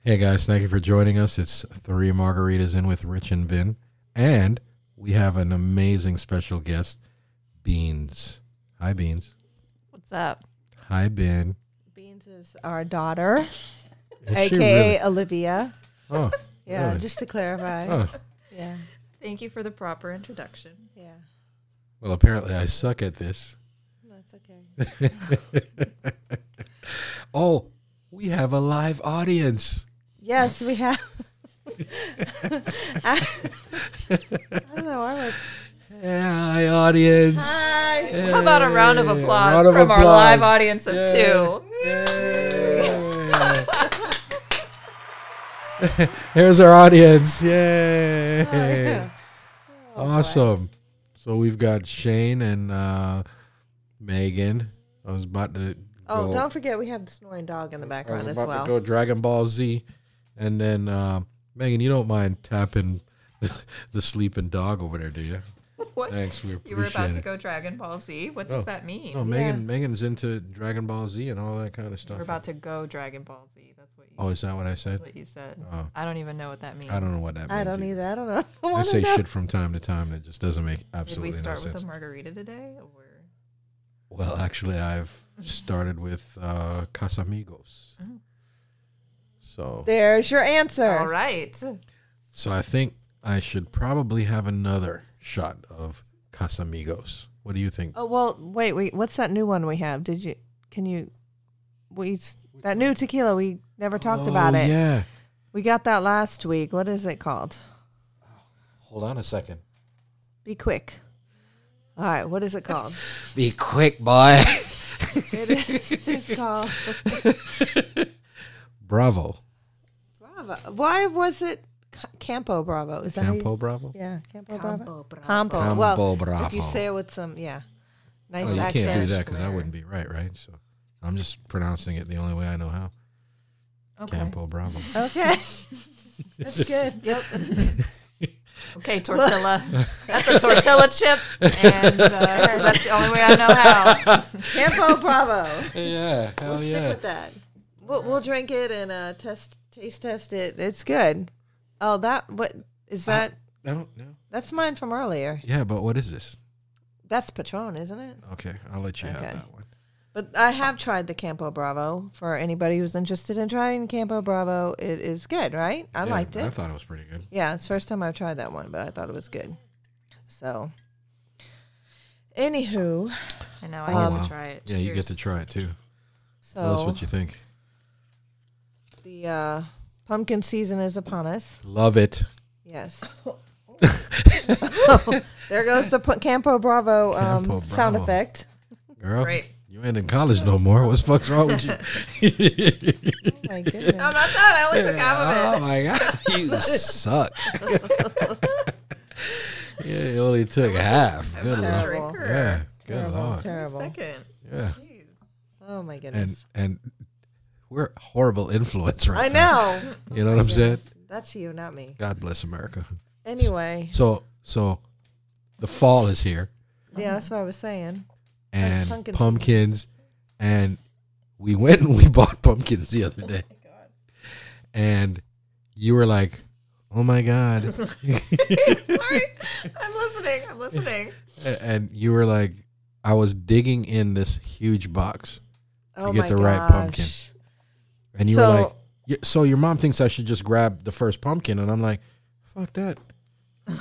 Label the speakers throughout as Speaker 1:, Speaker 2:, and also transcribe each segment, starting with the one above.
Speaker 1: Hey guys, thank you for joining us. It's three margaritas in with Rich and Vin, and we have an amazing special guest, Beans. Hi, Beans.
Speaker 2: What's up?
Speaker 1: Hi, Ben.
Speaker 3: Beans is our daughter,
Speaker 1: Is she
Speaker 3: aka
Speaker 1: really-
Speaker 3: Olivia.
Speaker 1: Oh,
Speaker 3: Yeah,
Speaker 1: really?
Speaker 3: just to clarify.
Speaker 1: oh.
Speaker 3: Yeah,
Speaker 2: Thank you for the proper introduction.
Speaker 3: yeah.
Speaker 1: Well, apparently I suck at this.
Speaker 3: That's okay.
Speaker 1: Oh, we have a live audience.
Speaker 3: Yes, we have. I, I don't know. I was
Speaker 1: Hi, audience.
Speaker 3: hi.
Speaker 2: How about a round of
Speaker 1: Hey,
Speaker 2: applause
Speaker 1: round of
Speaker 2: from our
Speaker 1: applause.
Speaker 2: live audience of
Speaker 1: Yeah.
Speaker 2: two?
Speaker 1: Yeah. Here's our audience. Yay. awesome. So we've got Shane and uh, Megan. I was about to
Speaker 3: Oh,
Speaker 1: go,
Speaker 3: don't forget we have the snoring dog in the
Speaker 1: I was
Speaker 3: background as
Speaker 1: about
Speaker 3: well.
Speaker 1: to go Dragon Ball Z. And then uh, Megan, you don't mind tapping the sleeping dog over there, do you?
Speaker 2: What?
Speaker 1: Thanks, we appreciate
Speaker 2: You were about
Speaker 1: it.
Speaker 2: to go Dragon Ball Z. What does
Speaker 1: Oh.
Speaker 2: that mean?
Speaker 1: No, Megan. Megan's into Dragon Ball Z and all that kind of stuff.
Speaker 2: We're about to go Dragon Ball Z. That's what you.
Speaker 1: oh, is that what I said?
Speaker 2: That's what you said.
Speaker 1: Oh.
Speaker 2: I don't even know what that means.
Speaker 1: I don't know what that means.
Speaker 3: I don't either. I don't know. I
Speaker 1: I
Speaker 3: wanna
Speaker 1: say
Speaker 3: know.
Speaker 1: shit from time to time that just doesn't make
Speaker 2: Did we
Speaker 1: absolutely no
Speaker 2: start with
Speaker 1: sense.
Speaker 2: a margarita today? Or
Speaker 1: Well, actually, I've
Speaker 3: Mm-hmm.
Speaker 1: started with uh, Casamigos.
Speaker 3: Mm.
Speaker 2: Oh.
Speaker 1: So,
Speaker 3: There's your answer.
Speaker 2: all right.
Speaker 1: so I think I should probably have another shot of Casamigos. What do you think?
Speaker 3: Oh well, wait, wait. What's that new one we have? Did you? Can you? We that new tequila we never talked about
Speaker 1: Oh,
Speaker 3: it.
Speaker 1: Yeah.
Speaker 3: We got that last week. What is it called?
Speaker 1: Hold on a second.
Speaker 3: Be quick. All right, what is it called?
Speaker 1: Be quick, boy.
Speaker 3: it is it's called
Speaker 1: Bravo.
Speaker 3: Bravo. Why was it C- Campo Bravo? Is that how you-
Speaker 1: Campo Bravo.
Speaker 3: yeah, Campo Bravo.
Speaker 2: Bravo.
Speaker 3: Campo.
Speaker 1: Campo
Speaker 3: well, if
Speaker 1: Bravo.
Speaker 3: you say it with some, yeah, nice
Speaker 1: Oh, you
Speaker 3: accent.
Speaker 1: can't do that
Speaker 2: Spanish
Speaker 1: because I
Speaker 2: word.
Speaker 1: wouldn't be right, right? So I'm just pronouncing it the only way I know how.
Speaker 2: Okay.
Speaker 1: Campo Bravo.
Speaker 3: Okay, that's good.
Speaker 2: Yep. okay, tortilla. That's a tortilla chip, and uh, 'cause that's the only way I know how.
Speaker 3: Campo Bravo.
Speaker 1: yeah, hell
Speaker 3: We'll stick with that. We'll, we'll drink it and uh, test taste test it. It's good. Oh, that what is that?
Speaker 1: I don't know.
Speaker 3: That's mine from earlier.
Speaker 1: Yeah, but what is this?
Speaker 3: That's Patron, isn't it?
Speaker 1: Okay, I'll let you have
Speaker 3: Okay.
Speaker 1: that one.
Speaker 3: But I have tried the Campo Bravo for anybody who's interested in trying Campo Bravo. It is good, right? I
Speaker 1: Yeah,
Speaker 3: liked it.
Speaker 1: I thought it was pretty good.
Speaker 3: yeah, it's the first time I've tried that one, but I thought it was good. So, anywho,
Speaker 2: I know. I
Speaker 1: Oh,
Speaker 2: get
Speaker 1: wow.
Speaker 2: to try it.
Speaker 1: Yeah, you get
Speaker 2: Cheers.
Speaker 1: to try it too. Tell us
Speaker 3: so
Speaker 1: what you think.
Speaker 3: the uh, pumpkin season is upon us.
Speaker 1: Love it.
Speaker 3: Yes. there goes the pu- Campo Bravo, um,
Speaker 1: Campo
Speaker 3: sound
Speaker 1: Bravo.
Speaker 3: effect.
Speaker 1: Girl,
Speaker 2: Great.
Speaker 1: you ain't in college no more. What the fuck's wrong with you?
Speaker 3: Oh my goodness.
Speaker 2: I'm not done. I only took half of it.
Speaker 1: oh my god, you suck. yeah, you only took half. Good lord.
Speaker 3: terrible.
Speaker 2: Drinker.
Speaker 1: Yeah, good
Speaker 3: terrible,
Speaker 1: lord.
Speaker 3: terrible.
Speaker 2: Second.
Speaker 1: Yeah,
Speaker 3: Oh my
Speaker 1: and
Speaker 3: goodness.
Speaker 1: and we're a horrible influence right
Speaker 3: I
Speaker 1: now.
Speaker 3: know.
Speaker 1: You know what I'm saying?
Speaker 3: That's you, not me.
Speaker 1: God bless America.
Speaker 3: Anyway,
Speaker 1: So so, the fall is here.
Speaker 3: yeah, that's what I was saying.
Speaker 1: and
Speaker 3: pumpkin seeds.
Speaker 1: pumpkins, and we went and we bought pumpkins the other day. And you were like, "Oh my god!"
Speaker 2: Sorry. I'm listening. I'm listening.
Speaker 1: A- and you were like, "I was digging in this huge box,"
Speaker 3: Oh
Speaker 1: get
Speaker 3: my
Speaker 1: the right
Speaker 3: gosh.
Speaker 1: pumpkin. and you
Speaker 3: So-
Speaker 1: were like, "Y- "So your mom thinks I should just grab the first pumpkin?" And I'm like, "Fuck that!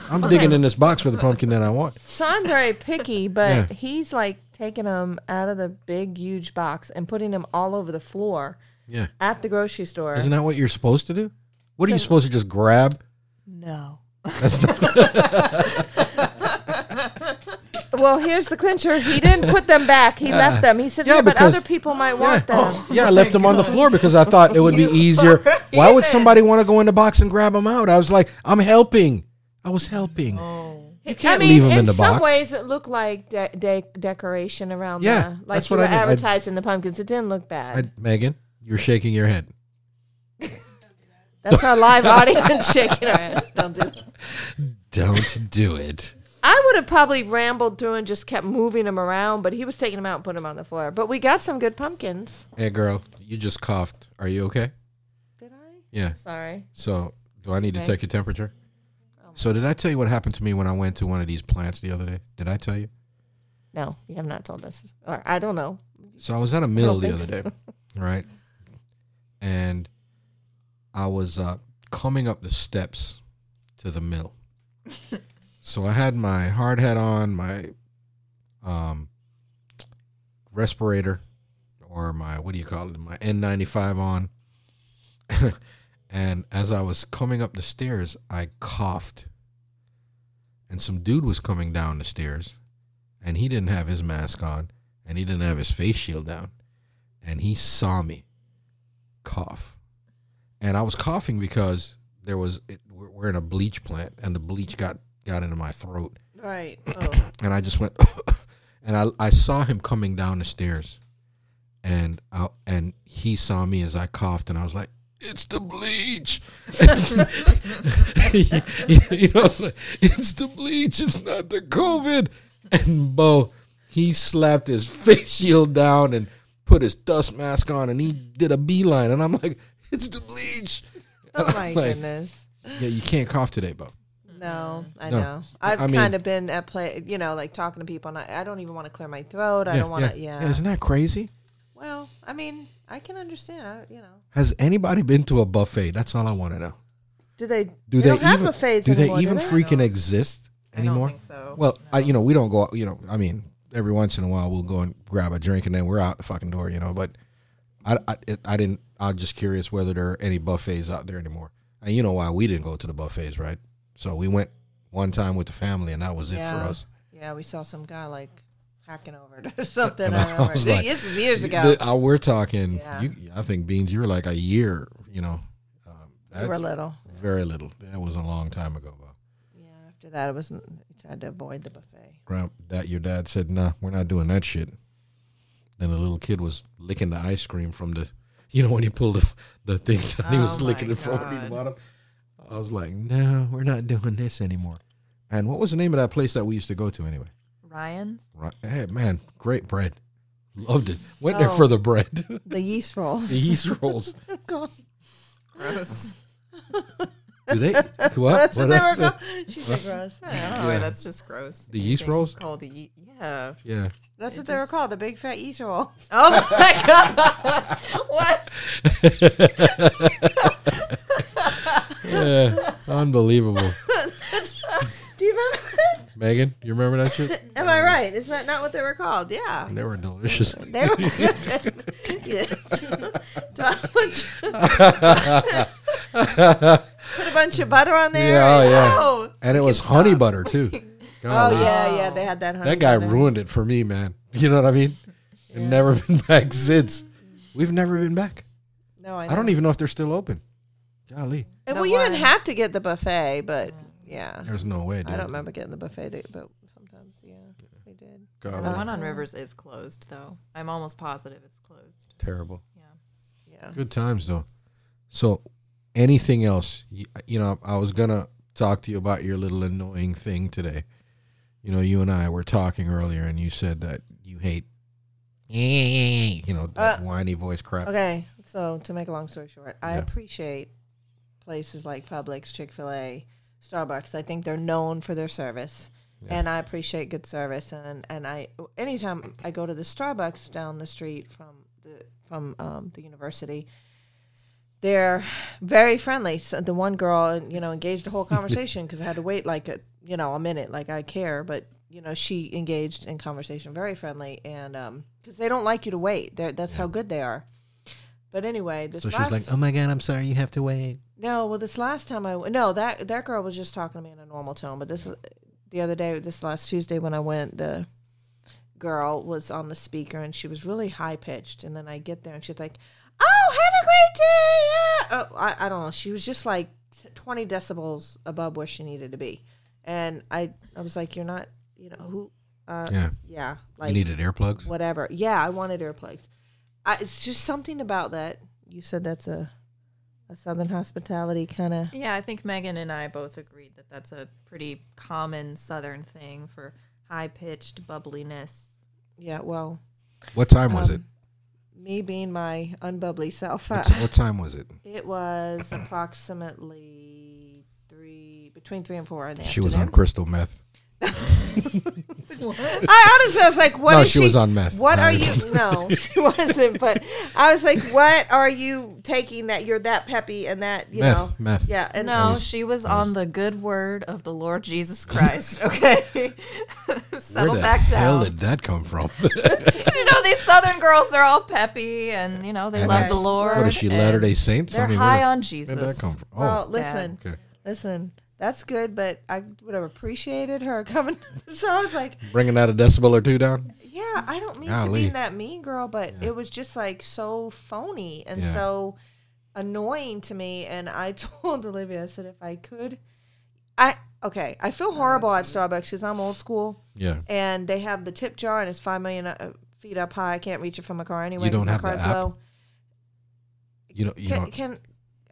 Speaker 1: I'm digging in this box for the pumpkin that I want."
Speaker 3: So I'm very picky, but
Speaker 1: Yeah.
Speaker 3: he's like taking them out of the big, huge box and putting them all over the floor
Speaker 1: Yeah,
Speaker 3: at the grocery store.
Speaker 1: isn't that what you're supposed to do? What are you supposed to just grab?
Speaker 3: no.
Speaker 1: That's not
Speaker 3: Well, here's the clincher. He didn't put them back. He left them. He said,
Speaker 1: Yeah,
Speaker 3: yeah, but
Speaker 1: because-
Speaker 3: other people might want
Speaker 1: yeah. Oh,
Speaker 3: them.
Speaker 1: Yeah, I left them on the floor because I thought it would be easier. Why would somebody want to go in the box and grab them out? I was like, I'm helping. I was helping. You can't
Speaker 3: Oh. I mean,
Speaker 1: leave them in, the
Speaker 3: some
Speaker 1: box.
Speaker 3: ways, it looked like de- de- decoration around
Speaker 1: Yeah,
Speaker 3: the like
Speaker 1: that's
Speaker 3: you
Speaker 1: what
Speaker 3: were
Speaker 1: I mean. I-
Speaker 3: advertising the pumpkins. It didn't look bad.
Speaker 1: I- Megan, you're shaking your head.
Speaker 3: That's our live audience shaking her head. Don't do that.
Speaker 1: Don't do it.
Speaker 3: I would have probably rambled through and just kept moving them around, but he was taking them out and putting them on the floor. But we got some good pumpkins.
Speaker 1: Hey, girl, you just coughed. Are you okay?
Speaker 3: Did I?
Speaker 1: Yeah.
Speaker 3: Sorry.
Speaker 1: So, do I need to
Speaker 3: Okay. Oh
Speaker 1: take your temperature? So, did I tell you what happened to me when I went to one of these plants the other day? Did I tell you?
Speaker 3: No, you have not told us. Or I don't know.
Speaker 1: So I was at a mill
Speaker 3: don't
Speaker 1: the
Speaker 3: think
Speaker 1: other day, right? And I was uh, coming up the steps to the mill. so I had my hard hat on, my um, respirator, or my what do you call it, my N95 on. and as I was coming up the stairs, I coughed. And some dude was coming down the stairs, and he didn't have his mask on and he didn't have his face shield down and he saw me cough and i was coughing because there was it, we're we're in a bleach plant and the bleach got got into my throat
Speaker 3: Right. Oh.
Speaker 1: and i just went and i i saw him coming down the stairs and I, and he saw me as i coughed and i was like it's the bleach you know, like, it's the bleach, it's not the COVID. And Bo, he slapped his face shield down and put his dust mask on and he did a beeline. And I'm like, it's the bleach.
Speaker 3: oh my
Speaker 1: Like-
Speaker 3: goodness.
Speaker 1: Yeah, you can't cough today, Bo.
Speaker 3: No, I
Speaker 1: No.
Speaker 3: know. I've
Speaker 1: I mean-
Speaker 3: kind of been at play, you know, like talking to people, and I, I don't even want to clear my throat. I don't want to. Yeah.
Speaker 1: Isn't that crazy?
Speaker 3: Well, I mean, I can understand. I, you know,
Speaker 1: Has anybody been to a buffet? That's all I want to know.
Speaker 3: do they?
Speaker 1: Do
Speaker 3: they,
Speaker 1: they,
Speaker 3: don't have
Speaker 1: even
Speaker 3: buffets
Speaker 1: do they
Speaker 3: anymore,
Speaker 1: even
Speaker 3: do they?
Speaker 1: freaking exist
Speaker 2: I don't
Speaker 1: anymore?
Speaker 2: think so.
Speaker 1: Well, I, you know, we don't go. out You know, I mean, every once in a while we'll go and grab a drink, and then we're out the fucking door. You know, but I, I, it- I didn't. I'm just curious whether there are any buffets out there anymore. And you know why we didn't go to the buffets, right? So we went one time with the family, and that was it
Speaker 3: yeah.
Speaker 1: for us.
Speaker 3: Yeah, we saw some guy like hacking over it or something.
Speaker 1: And
Speaker 3: I
Speaker 1: I
Speaker 3: remember.
Speaker 1: was like,
Speaker 3: this was years ago.
Speaker 1: The- uh, we're talking.
Speaker 3: Yeah.
Speaker 1: You, I think beans. You were like a year. You know, um,
Speaker 3: we
Speaker 1: that's
Speaker 3: were little.
Speaker 1: very little. That was a long time ago. Though.
Speaker 3: Yeah. After that, it was we tried to avoid the buffet.
Speaker 1: Grand, that your dad said, "Nah, we're not doing that shit." Then the little kid was licking the ice cream from the, you know, when he pulled the the thing down, he
Speaker 2: Oh
Speaker 1: was licking
Speaker 2: my
Speaker 1: it from the
Speaker 2: God.
Speaker 1: bottom. I was like, "No, we're not doing this anymore." And what was the name of that place that we used to go to anyway?
Speaker 2: Ryan's.
Speaker 1: Right, hey, man, great bread, loved it. Went there
Speaker 3: Oh.
Speaker 1: for the bread,
Speaker 3: The yeast
Speaker 1: the
Speaker 3: rolls.
Speaker 1: yeast rolls.
Speaker 3: God.
Speaker 2: Gross.
Speaker 1: Do they what?
Speaker 3: That's what
Speaker 1: what
Speaker 3: they
Speaker 1: I
Speaker 3: were
Speaker 1: said?
Speaker 3: called. She said gross.
Speaker 2: I don't know why
Speaker 1: Yeah.
Speaker 2: that's just gross.
Speaker 1: The yeast
Speaker 2: Anything
Speaker 1: rolls?
Speaker 2: Called a ye- yeah.
Speaker 1: yeah,
Speaker 3: That's
Speaker 2: It
Speaker 3: what they were
Speaker 2: just-
Speaker 3: called. The big fat yeast roll.
Speaker 2: Oh my god! what?
Speaker 1: yeah, unbelievable.
Speaker 3: Do you remember? that?
Speaker 1: Megan, you remember that shit?
Speaker 3: Am I right? Is that not what they were called? Yeah.
Speaker 1: They were delicious.
Speaker 3: They were. Yeah. Put a bunch of butter on there.
Speaker 1: Yeah, oh, yeah.
Speaker 3: Oh,
Speaker 1: And it was honey butter too.
Speaker 3: Oh,
Speaker 1: Golly.
Speaker 3: yeah, yeah. They had that honey.
Speaker 1: That guy
Speaker 3: butter.
Speaker 1: ruined it for me, man. You know what I mean? And never been back since. We've never been back.
Speaker 3: No, I,
Speaker 1: I don't even know if they're still open. Golly.
Speaker 3: And,
Speaker 2: The
Speaker 3: well, you didn't
Speaker 2: one-
Speaker 3: have to get the buffet, but yeah,
Speaker 1: There's no way, dude.
Speaker 3: I don't remember getting the buffet, to, but sometimes yeah, we did.
Speaker 2: The
Speaker 1: Golly.
Speaker 2: one on Rivers is closed, though. I'm almost positive it's closed.
Speaker 1: Terrible.
Speaker 3: Yeah.
Speaker 1: Good times though. So, anything else? You, you know, I was gonna talk to you about your little annoying thing today. You know, you and I were talking earlier, and you said that you hate, you know, that
Speaker 3: Uh,
Speaker 1: whiny voice crap.
Speaker 3: Okay, so to make a long story short, I
Speaker 1: Yeah.
Speaker 3: appreciate places like Publix, Chick Fil A, Starbucks. I think they're known for their service, and I appreciate good service. And and I anytime I go to the Starbucks down the street from the from um, the university. They're very friendly. So the one girl, you know, engaged the whole conversation because I had to wait like a, you know, a minute. Like I care, but you know, she engaged in conversation, very friendly, and because they don't like you to wait. They're, that's how good they are. But anyway, this
Speaker 1: So she's
Speaker 3: last
Speaker 1: like, "Oh my god, I'm sorry, you have to wait."
Speaker 3: no, well, this last time I w- no that that girl was just talking to me in a normal tone, but this uh, the other day, this last Tuesday when I went, the girl was on the speaker and she was really high pitched, and then I get there and she's like, "Oh, have a great day!" Yeah. Oh, I, I don't know. She was just like twenty decibels above where she needed to be, and I I was like, "You're not, you know who." Uh,
Speaker 1: Yeah,
Speaker 3: yeah,
Speaker 1: you
Speaker 3: like
Speaker 1: needed earplugs.
Speaker 3: whatever. Yeah, I wanted earplugs. I, it's just something about that. You said that's a a southern hospitality kind of.
Speaker 2: Yeah, I think Megan and I both agreed that that's a pretty common Southern thing for high pitched bubbliness.
Speaker 3: Yeah, well,
Speaker 1: What time was
Speaker 3: um,
Speaker 1: it?
Speaker 3: me being my unbubbly self,
Speaker 1: What
Speaker 3: I-
Speaker 1: t- what time was it?
Speaker 3: it was approximately three, between three and four in the
Speaker 1: She was on
Speaker 3: afternoon.
Speaker 1: crystal meth.
Speaker 3: I honestly I was like, what
Speaker 1: no,
Speaker 3: is
Speaker 1: she, was on meth.
Speaker 3: What
Speaker 1: No,
Speaker 3: are you? No, she wasn't. But I was like, what are you taking that you're that peppy and that you
Speaker 1: meth,
Speaker 3: know?
Speaker 1: meth.
Speaker 3: Yeah, and
Speaker 2: no,
Speaker 1: was-
Speaker 2: she was
Speaker 1: that
Speaker 2: on
Speaker 1: was-
Speaker 2: the good word of the Lord Jesus Christ. Okay,
Speaker 1: Where
Speaker 2: settle
Speaker 1: the
Speaker 2: back
Speaker 1: hell
Speaker 2: down.
Speaker 1: did that come from?
Speaker 2: you know these Southern girls, they're all peppy, and you know they
Speaker 1: And
Speaker 2: love
Speaker 1: that's-
Speaker 2: the Lord.
Speaker 1: what is she,
Speaker 2: and
Speaker 1: Latter Day Saints?
Speaker 2: They're
Speaker 1: I mean, where
Speaker 2: high
Speaker 1: the-
Speaker 2: on
Speaker 1: Where
Speaker 2: Jesus.
Speaker 1: did that come from? Oh,
Speaker 3: well, listen,
Speaker 1: okay.
Speaker 3: listen, that's good, but I would have appreciated her coming. so I was like,
Speaker 1: Bringing out a decibel or two down.
Speaker 3: yeah, I don't mean to
Speaker 1: Golly.
Speaker 3: be that mean girl, but
Speaker 1: Yeah.
Speaker 3: it was just like so phony and
Speaker 1: Yeah.
Speaker 3: so annoying to me. And I told Olivia, I said, if I could, I okay, I feel horrible at Starbucks because I'm old school.
Speaker 1: Yeah.
Speaker 3: and they have the tip jar and it's five million uh, feet up high. I can't reach it from my car anyway.
Speaker 1: You don't
Speaker 3: my
Speaker 1: have the
Speaker 3: car's
Speaker 1: app?
Speaker 3: low.
Speaker 1: You know. You
Speaker 3: Can,
Speaker 1: know.
Speaker 3: can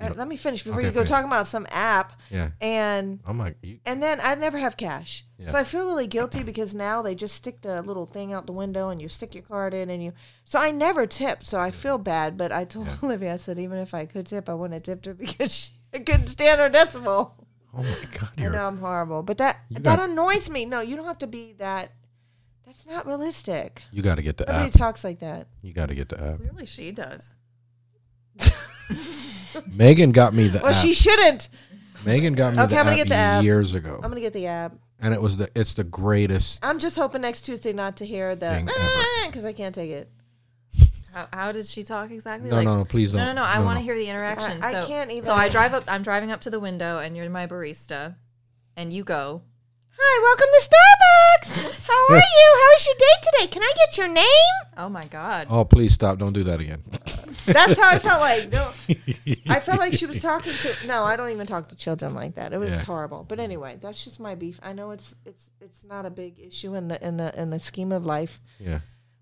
Speaker 3: uh,
Speaker 1: don't-
Speaker 3: let me finish before
Speaker 1: Okay,
Speaker 3: you go
Speaker 1: finish.
Speaker 3: talking about some app
Speaker 1: Yeah.
Speaker 3: and
Speaker 1: I'm like, you,
Speaker 3: and then I never have cash,
Speaker 1: Yeah.
Speaker 3: so I feel really guilty because now they just stick the little thing out the window and you stick your card in and you. So I never tip, so I feel bad. But I told
Speaker 1: Yeah.
Speaker 3: Olivia, I said even if I could tip, I wouldn't have tipped her because she I couldn't stand her decimal.
Speaker 1: oh my god,
Speaker 3: I
Speaker 1: you're
Speaker 3: know I'm horrible, but that
Speaker 1: You
Speaker 3: that
Speaker 1: got-
Speaker 3: annoys me. No, you don't have to be that. That's not realistic.
Speaker 1: You got to get the
Speaker 3: Nobody
Speaker 1: app.
Speaker 3: talks like that.
Speaker 1: you got to get the app.
Speaker 2: Really, she does.
Speaker 1: Megan got me the
Speaker 3: Well,
Speaker 1: app.
Speaker 3: she shouldn't.
Speaker 1: Megan got me
Speaker 3: Okay,
Speaker 1: the,
Speaker 3: I'm
Speaker 1: app
Speaker 3: gonna get the app.
Speaker 1: years ago,
Speaker 3: I'm gonna get the app.
Speaker 1: and it was the it's the greatest.
Speaker 3: I'm just hoping next Tuesday not to hear
Speaker 1: Thing
Speaker 3: the
Speaker 1: ever.
Speaker 3: because I can't take it.
Speaker 2: How, how did she talk exactly?
Speaker 1: No,
Speaker 2: like,
Speaker 1: no, no, please don't.
Speaker 2: No, no, no. I want to hear the interaction.
Speaker 3: I- I
Speaker 2: so,
Speaker 3: can't even-
Speaker 2: So I drive up. I'm driving up to the window, and you're my barista, and you go.
Speaker 3: Hi, welcome to Starbucks. How are you? How is your day today? Can I get your name?
Speaker 2: Oh my God.
Speaker 1: Oh, please stop! Don't do that again.
Speaker 3: That's how I felt like. No, I felt like she was talking to. No, I don't even talk to children like that. It was
Speaker 1: Yeah.
Speaker 3: horrible. But anyway, that's just my beef. I know it's it's it's not a big issue in the in the in the scheme of life,
Speaker 1: Yeah,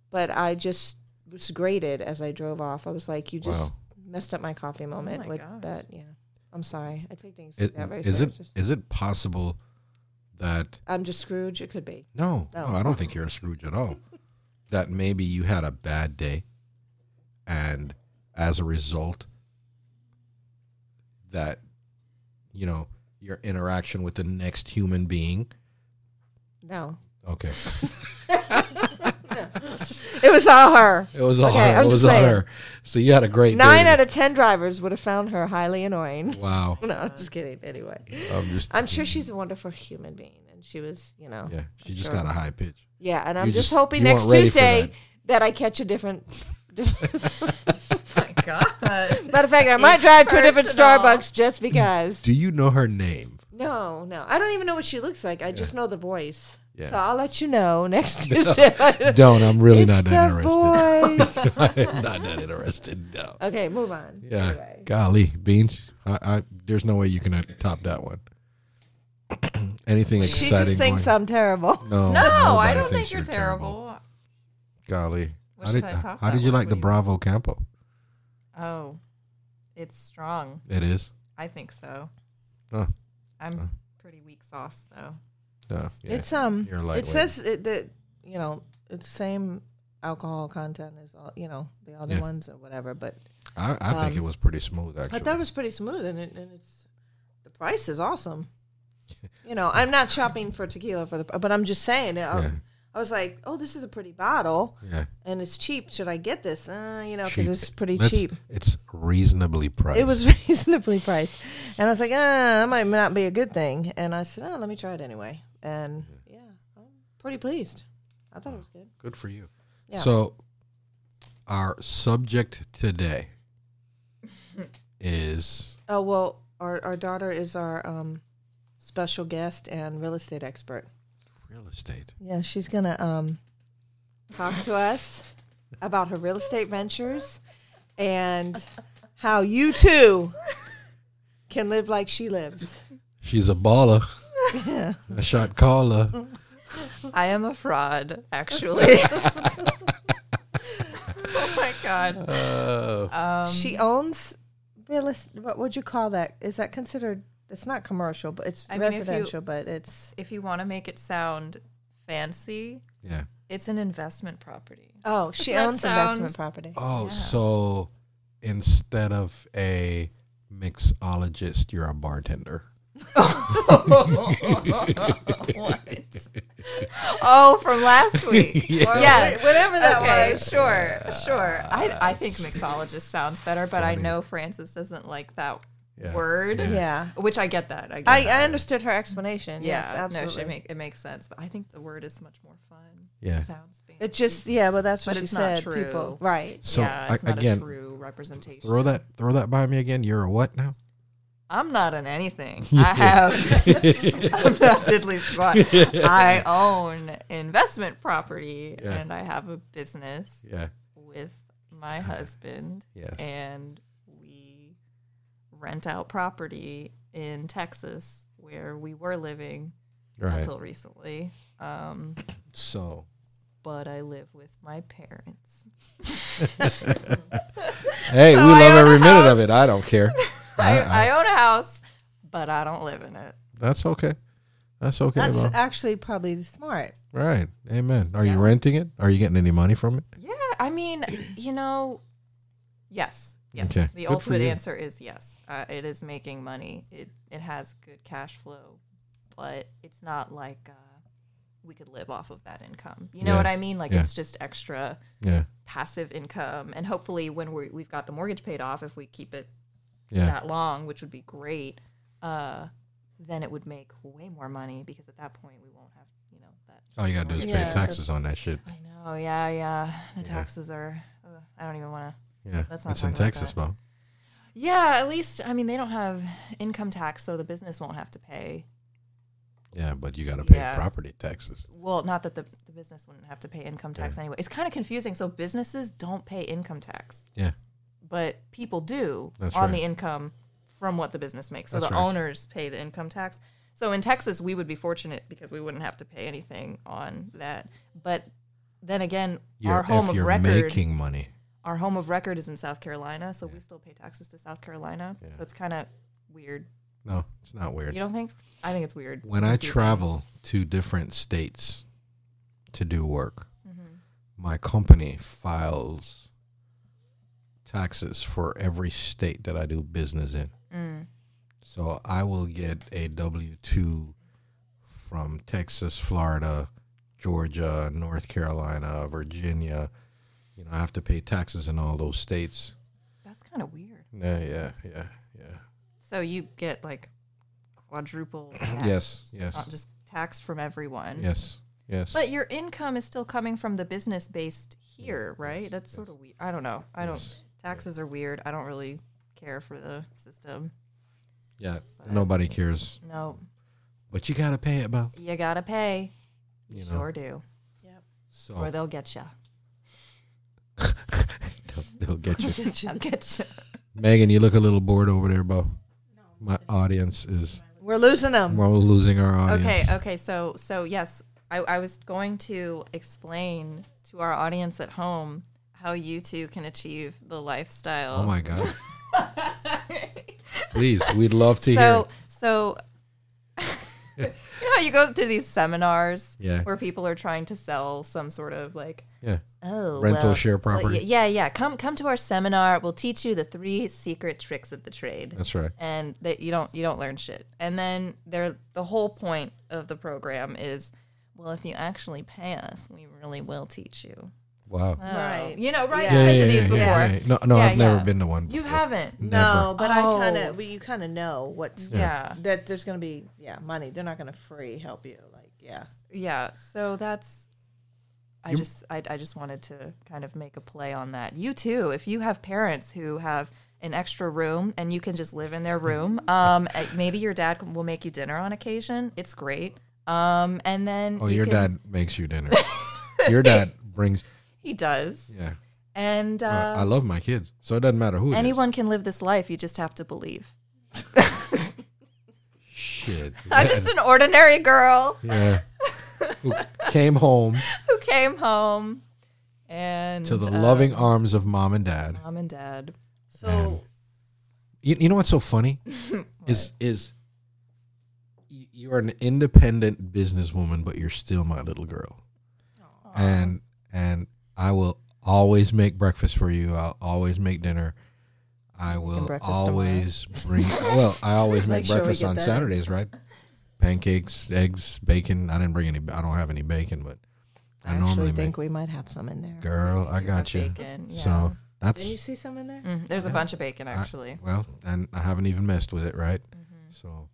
Speaker 3: but I just was grated as I drove off. I was like, you just
Speaker 1: Wow.
Speaker 3: messed up Oh my coffee moment
Speaker 2: my
Speaker 3: with
Speaker 2: gosh.
Speaker 3: that. Yeah, I'm sorry. I take things
Speaker 1: it,
Speaker 3: like that very
Speaker 1: is it
Speaker 3: serious.
Speaker 1: is it possible that
Speaker 3: I'm just Scrooge. It could be.
Speaker 1: no, no,
Speaker 3: No.
Speaker 1: I don't think you're a Scrooge at all. that maybe you had a bad day, and as a result, that you know your interaction with the next human being.
Speaker 3: No,
Speaker 1: Okay,
Speaker 3: it was all her.
Speaker 1: it was all
Speaker 3: Okay,
Speaker 1: her.
Speaker 3: I'm
Speaker 1: It was
Speaker 3: just
Speaker 1: all
Speaker 3: saying.
Speaker 1: her. So you had a great
Speaker 3: Nine
Speaker 1: day.
Speaker 3: out of ten drivers would have found her highly annoying.
Speaker 1: wow.
Speaker 3: No, I'm just kidding. Anyway,
Speaker 1: I'm just.
Speaker 3: I'm sure she's a wonderful human being, and she was, you know,
Speaker 1: Yeah, she
Speaker 3: I'm
Speaker 1: just
Speaker 3: sure.
Speaker 1: got a high pitch.
Speaker 3: yeah. And I'm
Speaker 1: You
Speaker 3: just,
Speaker 1: just-
Speaker 3: hoping
Speaker 1: you
Speaker 3: next
Speaker 1: weren't ready for
Speaker 3: Tuesday
Speaker 1: that.
Speaker 3: that. I catch a different.
Speaker 2: my God.
Speaker 3: Matter of fact, I might drive to a different
Speaker 2: Personal.
Speaker 3: Starbucks just because.
Speaker 1: Do you know her name?
Speaker 3: No, no, I don't even know what she looks like. I just know the voice.
Speaker 1: Yeah.
Speaker 3: So I'll let you know next Tuesday.
Speaker 1: Don't. I'm really
Speaker 3: it's
Speaker 1: not that interested.
Speaker 3: the voice.
Speaker 1: not that interested. No.
Speaker 3: okay, move on.
Speaker 1: Yeah.
Speaker 3: Anyway.
Speaker 1: Golly, beans. I, I, there's no way you can uh, top that one. Anything
Speaker 3: She
Speaker 1: exciting?
Speaker 3: just thinks
Speaker 1: going?
Speaker 3: I'm terrible.
Speaker 1: Oh, No.
Speaker 2: No, I
Speaker 1: nobody
Speaker 2: don't think
Speaker 1: thinks
Speaker 2: you're terrible.
Speaker 1: Golly.
Speaker 2: What
Speaker 1: how did,
Speaker 2: should
Speaker 1: uh,
Speaker 2: I top
Speaker 1: how
Speaker 2: that
Speaker 1: did you
Speaker 2: with?
Speaker 1: like the
Speaker 2: What
Speaker 1: Bravo Campo?
Speaker 2: Oh, it's strong.
Speaker 1: It is.
Speaker 2: I think so.
Speaker 1: Huh.
Speaker 2: I'm
Speaker 1: Huh.
Speaker 2: pretty weak sauce though.
Speaker 1: No. Yeah.
Speaker 3: It's um.
Speaker 1: You're
Speaker 3: It
Speaker 1: lightweight.
Speaker 3: says it, that you know it's same alcohol content as all you know the other
Speaker 1: Yeah.
Speaker 3: ones or whatever, but
Speaker 1: I, I think it
Speaker 3: um,
Speaker 1: was pretty smooth, actually.
Speaker 3: I thought it was pretty smooth and it, and it's the price is awesome. You know, I'm not shopping for tequila for the, but I'm just saying. I,
Speaker 1: Yeah.
Speaker 3: I was like, oh, this is a pretty bottle
Speaker 1: Yeah.
Speaker 3: and it's cheap. Should I get this? Uh, you know,
Speaker 1: Cheap.
Speaker 3: because it's pretty
Speaker 1: Let's-
Speaker 3: cheap.
Speaker 1: It's reasonably priced.
Speaker 3: It was reasonably priced, and I was like, ah, that might not be a good thing. And I said, oh, let me try it anyway. And yeah, I'm pretty pleased. I thought it was good.
Speaker 1: Good for you.
Speaker 3: Yeah.
Speaker 1: So, our subject today is
Speaker 3: Oh well, our our daughter is our um, special guest and real estate expert.
Speaker 1: real estate.
Speaker 3: Yeah, she's gonna um, talk to us about her real estate ventures and how you too can live like she lives.
Speaker 1: She's a baller, a shot caller.
Speaker 2: I am a fraud, actually. oh my god.
Speaker 1: Uh,
Speaker 2: Um,
Speaker 3: she owns real est- What would you call that? Is that considered? It's not commercial, but it's
Speaker 2: I mean, if you-
Speaker 3: residential. but it's
Speaker 2: if you want to make it sound fancy,
Speaker 1: yeah.
Speaker 2: It's an investment property.
Speaker 3: Oh, she
Speaker 2: Doesn't that
Speaker 3: owns
Speaker 2: sound-
Speaker 3: investment property.
Speaker 1: Oh,
Speaker 2: Yeah.
Speaker 1: so instead of a mixologist, you're a bartender.
Speaker 2: What? Oh, from last week.
Speaker 1: Yeah.
Speaker 2: Or-
Speaker 3: Yeah, whatever that
Speaker 2: okay, Uh,
Speaker 3: was.
Speaker 2: sure, sure. I, I think mixologist sounds better, but I
Speaker 1: Funny.
Speaker 2: know Francis doesn't like that
Speaker 1: Yeah.
Speaker 2: word.
Speaker 1: Yeah.
Speaker 3: Yeah.
Speaker 2: Which I get that. I get
Speaker 3: I,
Speaker 2: that.
Speaker 3: I understood her explanation.
Speaker 2: yeah,
Speaker 3: yes,
Speaker 2: no,
Speaker 3: absolutely.
Speaker 2: she make, it makes sense, but I think the word is much more fun.
Speaker 1: Yeah.
Speaker 2: It sounds fancy.
Speaker 3: it just yeah, well that's what
Speaker 2: But
Speaker 3: she
Speaker 2: it's not
Speaker 3: said.
Speaker 2: true.
Speaker 3: People right.
Speaker 1: So
Speaker 2: yeah, it's
Speaker 1: I,
Speaker 2: not
Speaker 1: again,
Speaker 2: a true representation.
Speaker 1: throw that throw that by me again. You're a what now?
Speaker 2: I'm not an anything. I have I'm not diddly squat. I own investment property
Speaker 1: Yeah.
Speaker 2: and I have a business
Speaker 1: Yeah.
Speaker 2: with my husband
Speaker 1: Uh-huh. Yes.
Speaker 2: and we rent out property in Texas where we were living
Speaker 1: Right.
Speaker 2: until recently. Um,
Speaker 1: So
Speaker 2: but I live with my parents.
Speaker 1: hey,
Speaker 2: So
Speaker 1: we
Speaker 2: I
Speaker 1: love
Speaker 2: own a
Speaker 1: every minute of
Speaker 2: house.
Speaker 1: it. I don't care.
Speaker 2: I,
Speaker 1: I-
Speaker 2: I own a house, but I don't live in it.
Speaker 1: That's okay. That's okay.
Speaker 3: That's
Speaker 1: Mo.
Speaker 3: actually probably smart.
Speaker 1: right. Amen. Are you
Speaker 2: Yeah.
Speaker 1: renting it? Are you getting any money from it?
Speaker 2: Yeah, I mean, you know, yes, yes.
Speaker 1: Okay,
Speaker 2: The
Speaker 1: good for
Speaker 2: ultimate
Speaker 1: you.
Speaker 2: answer is yes. Uh, it is making money. It it has good cash flow, but it's not like uh, we could live off of that income. You know
Speaker 1: Yeah,
Speaker 2: what I mean? Like
Speaker 1: yeah.
Speaker 2: it's just extra
Speaker 1: Yeah.
Speaker 2: passive income, and hopefully, when we we've got the mortgage paid off, if we keep it
Speaker 1: Yeah.
Speaker 2: that long, which would be great, uh, then it would make way more money because at that point we won't have you know that.
Speaker 1: All you gotta do is
Speaker 3: Yeah.
Speaker 1: pay taxes on that shit.
Speaker 2: I know. Yeah, yeah. The
Speaker 1: Yeah.
Speaker 2: taxes are. ugh, I don't even want to.
Speaker 1: Yeah.
Speaker 2: Let's not
Speaker 1: It's in
Speaker 2: talk about
Speaker 1: Texas,
Speaker 2: that.
Speaker 1: Mo.
Speaker 2: Yeah, at least I mean they don't have income tax, so the business won't have to pay.
Speaker 1: Yeah, but you gotta pay
Speaker 2: Yeah.
Speaker 1: property taxes.
Speaker 2: Well, not that the, the business wouldn't have to pay income tax anyway. It's kind of confusing. So businesses don't pay income tax,
Speaker 1: Yeah.
Speaker 2: but people do
Speaker 1: That's
Speaker 2: on
Speaker 1: right.
Speaker 2: the income from what the business makes. So
Speaker 1: That's
Speaker 2: the
Speaker 1: right.
Speaker 2: owners pay the income tax. So in Texas, we would be fortunate because we wouldn't have to pay anything on that. But then again,
Speaker 1: You're,
Speaker 2: our home
Speaker 1: if
Speaker 2: of
Speaker 1: you're
Speaker 2: record
Speaker 1: making money.
Speaker 2: our home of record is in South Carolina, so we still pay taxes to South Carolina.
Speaker 1: Yeah.
Speaker 2: So it's kind of weird.
Speaker 1: No, it's not weird.
Speaker 2: You don't think? I think it's weird.
Speaker 1: when I
Speaker 2: Confusing.
Speaker 1: travel to different states to do work,
Speaker 2: Mm-hmm.
Speaker 1: my company files taxes for every state that I do business in.
Speaker 2: Mm.
Speaker 1: So I will get a W 2 from Texas, Florida, Georgia, North Carolina, Virginia. You know, I have to pay taxes in all those states.
Speaker 2: That's kind of weird.
Speaker 1: Yeah, yeah, yeah, yeah.
Speaker 2: So you get like quadruple. Tax,
Speaker 1: Yes, yes,
Speaker 2: Not just taxed from everyone.
Speaker 1: yes, yes.
Speaker 2: Uh, mm-hmm. But your income is still coming from the business based here, right? That's sort of weird. I don't know. I don't.
Speaker 1: Yes.
Speaker 2: Taxes are weird. I don't really care for the system.
Speaker 1: Yeah, nobody cares.
Speaker 2: No,
Speaker 1: But you gotta pay it, Bo.
Speaker 2: you gotta pay.
Speaker 1: You know.
Speaker 2: sure do,
Speaker 1: So
Speaker 2: or they'll get you.
Speaker 1: they'll, they'll get you.
Speaker 2: They'll get you.
Speaker 1: Megan, you look a little bored over there, Bo. My audience is
Speaker 3: We're losing them.
Speaker 1: we're losing our audience.
Speaker 2: Okay, okay. So, so yes, I, I was going to explain to our audience at home how you two can achieve the lifestyle.
Speaker 1: Oh my god. Please, we'd love to hear.
Speaker 2: so, so you know how you go to these seminars
Speaker 1: Yeah.
Speaker 2: where people are trying to sell some sort of like
Speaker 1: Yeah.
Speaker 2: oh
Speaker 1: Rental
Speaker 2: well,
Speaker 1: share
Speaker 2: well,
Speaker 1: property.
Speaker 2: y- yeah, yeah. Come, come to our seminar. We'll teach you the three secret tricks of the trade.
Speaker 1: That's right.
Speaker 2: and that you don't you don't learn shit. And then there the whole point of the program is well if you actually pay us, we really will teach you.
Speaker 1: Wow.
Speaker 2: Oh.
Speaker 3: Right.
Speaker 2: You know, right?
Speaker 3: Yeah.
Speaker 2: I've
Speaker 1: Yeah,
Speaker 2: been
Speaker 1: yeah,
Speaker 2: to
Speaker 1: yeah,
Speaker 2: these
Speaker 1: yeah,
Speaker 2: before.
Speaker 1: yeah, yeah. No, no,
Speaker 2: Yeah,
Speaker 1: I've never
Speaker 2: yeah.
Speaker 1: been to one.
Speaker 2: You
Speaker 1: before.
Speaker 2: haven't.
Speaker 1: Never.
Speaker 3: No, but
Speaker 2: Oh.
Speaker 3: I kind of well, you kind of know what's
Speaker 2: Yeah.
Speaker 3: that there's going to be yeah money. They're not going to free help you like yeah.
Speaker 2: Yeah. So that's I
Speaker 1: You-
Speaker 2: just I, I just wanted to kind of make a play on that. You too, if you have parents who have an extra room and you can just live in their room, um, uh, maybe your dad can- will make you dinner on occasion. It's great. Um, and then
Speaker 1: Oh,
Speaker 2: you
Speaker 1: your
Speaker 2: can-
Speaker 1: dad makes you dinner. your dad brings.
Speaker 2: he does.
Speaker 1: Yeah.
Speaker 2: And uh,
Speaker 1: I- I love my kids, so it doesn't matter who. it is.
Speaker 2: Anyone can live this life. You just have to believe.
Speaker 1: Shit.
Speaker 2: I'm just an ordinary girl
Speaker 1: yeah. Who came home
Speaker 2: who came home and
Speaker 1: to the
Speaker 2: uh,
Speaker 1: loving arms of mom and dad.
Speaker 2: mom and dad.
Speaker 3: So
Speaker 1: And- You, you know what's so funny is is y- you're an independent businesswoman, but you're still my little girl. and and I will always make breakfast for you. I'll always make dinner. I will
Speaker 3: breakfast tomorrow.
Speaker 1: always bring. Well, I always make
Speaker 3: Make sure we
Speaker 1: breakfast
Speaker 3: get
Speaker 1: on
Speaker 3: that in.
Speaker 1: Saturdays, right? Pancakes, eggs, bacon. I didn't bring any. I don't have any bacon, but I,
Speaker 3: I actually
Speaker 1: normally
Speaker 3: think
Speaker 1: make.
Speaker 3: we might have some in there.
Speaker 1: Girl, I got you.
Speaker 2: Bacon, yeah.
Speaker 1: So
Speaker 3: Did you
Speaker 1: that's
Speaker 3: see some in there?
Speaker 2: Mm, there's a bunch of bacon actually.
Speaker 1: well, and I haven't even messed with it, right?
Speaker 2: Mm-hmm.
Speaker 1: So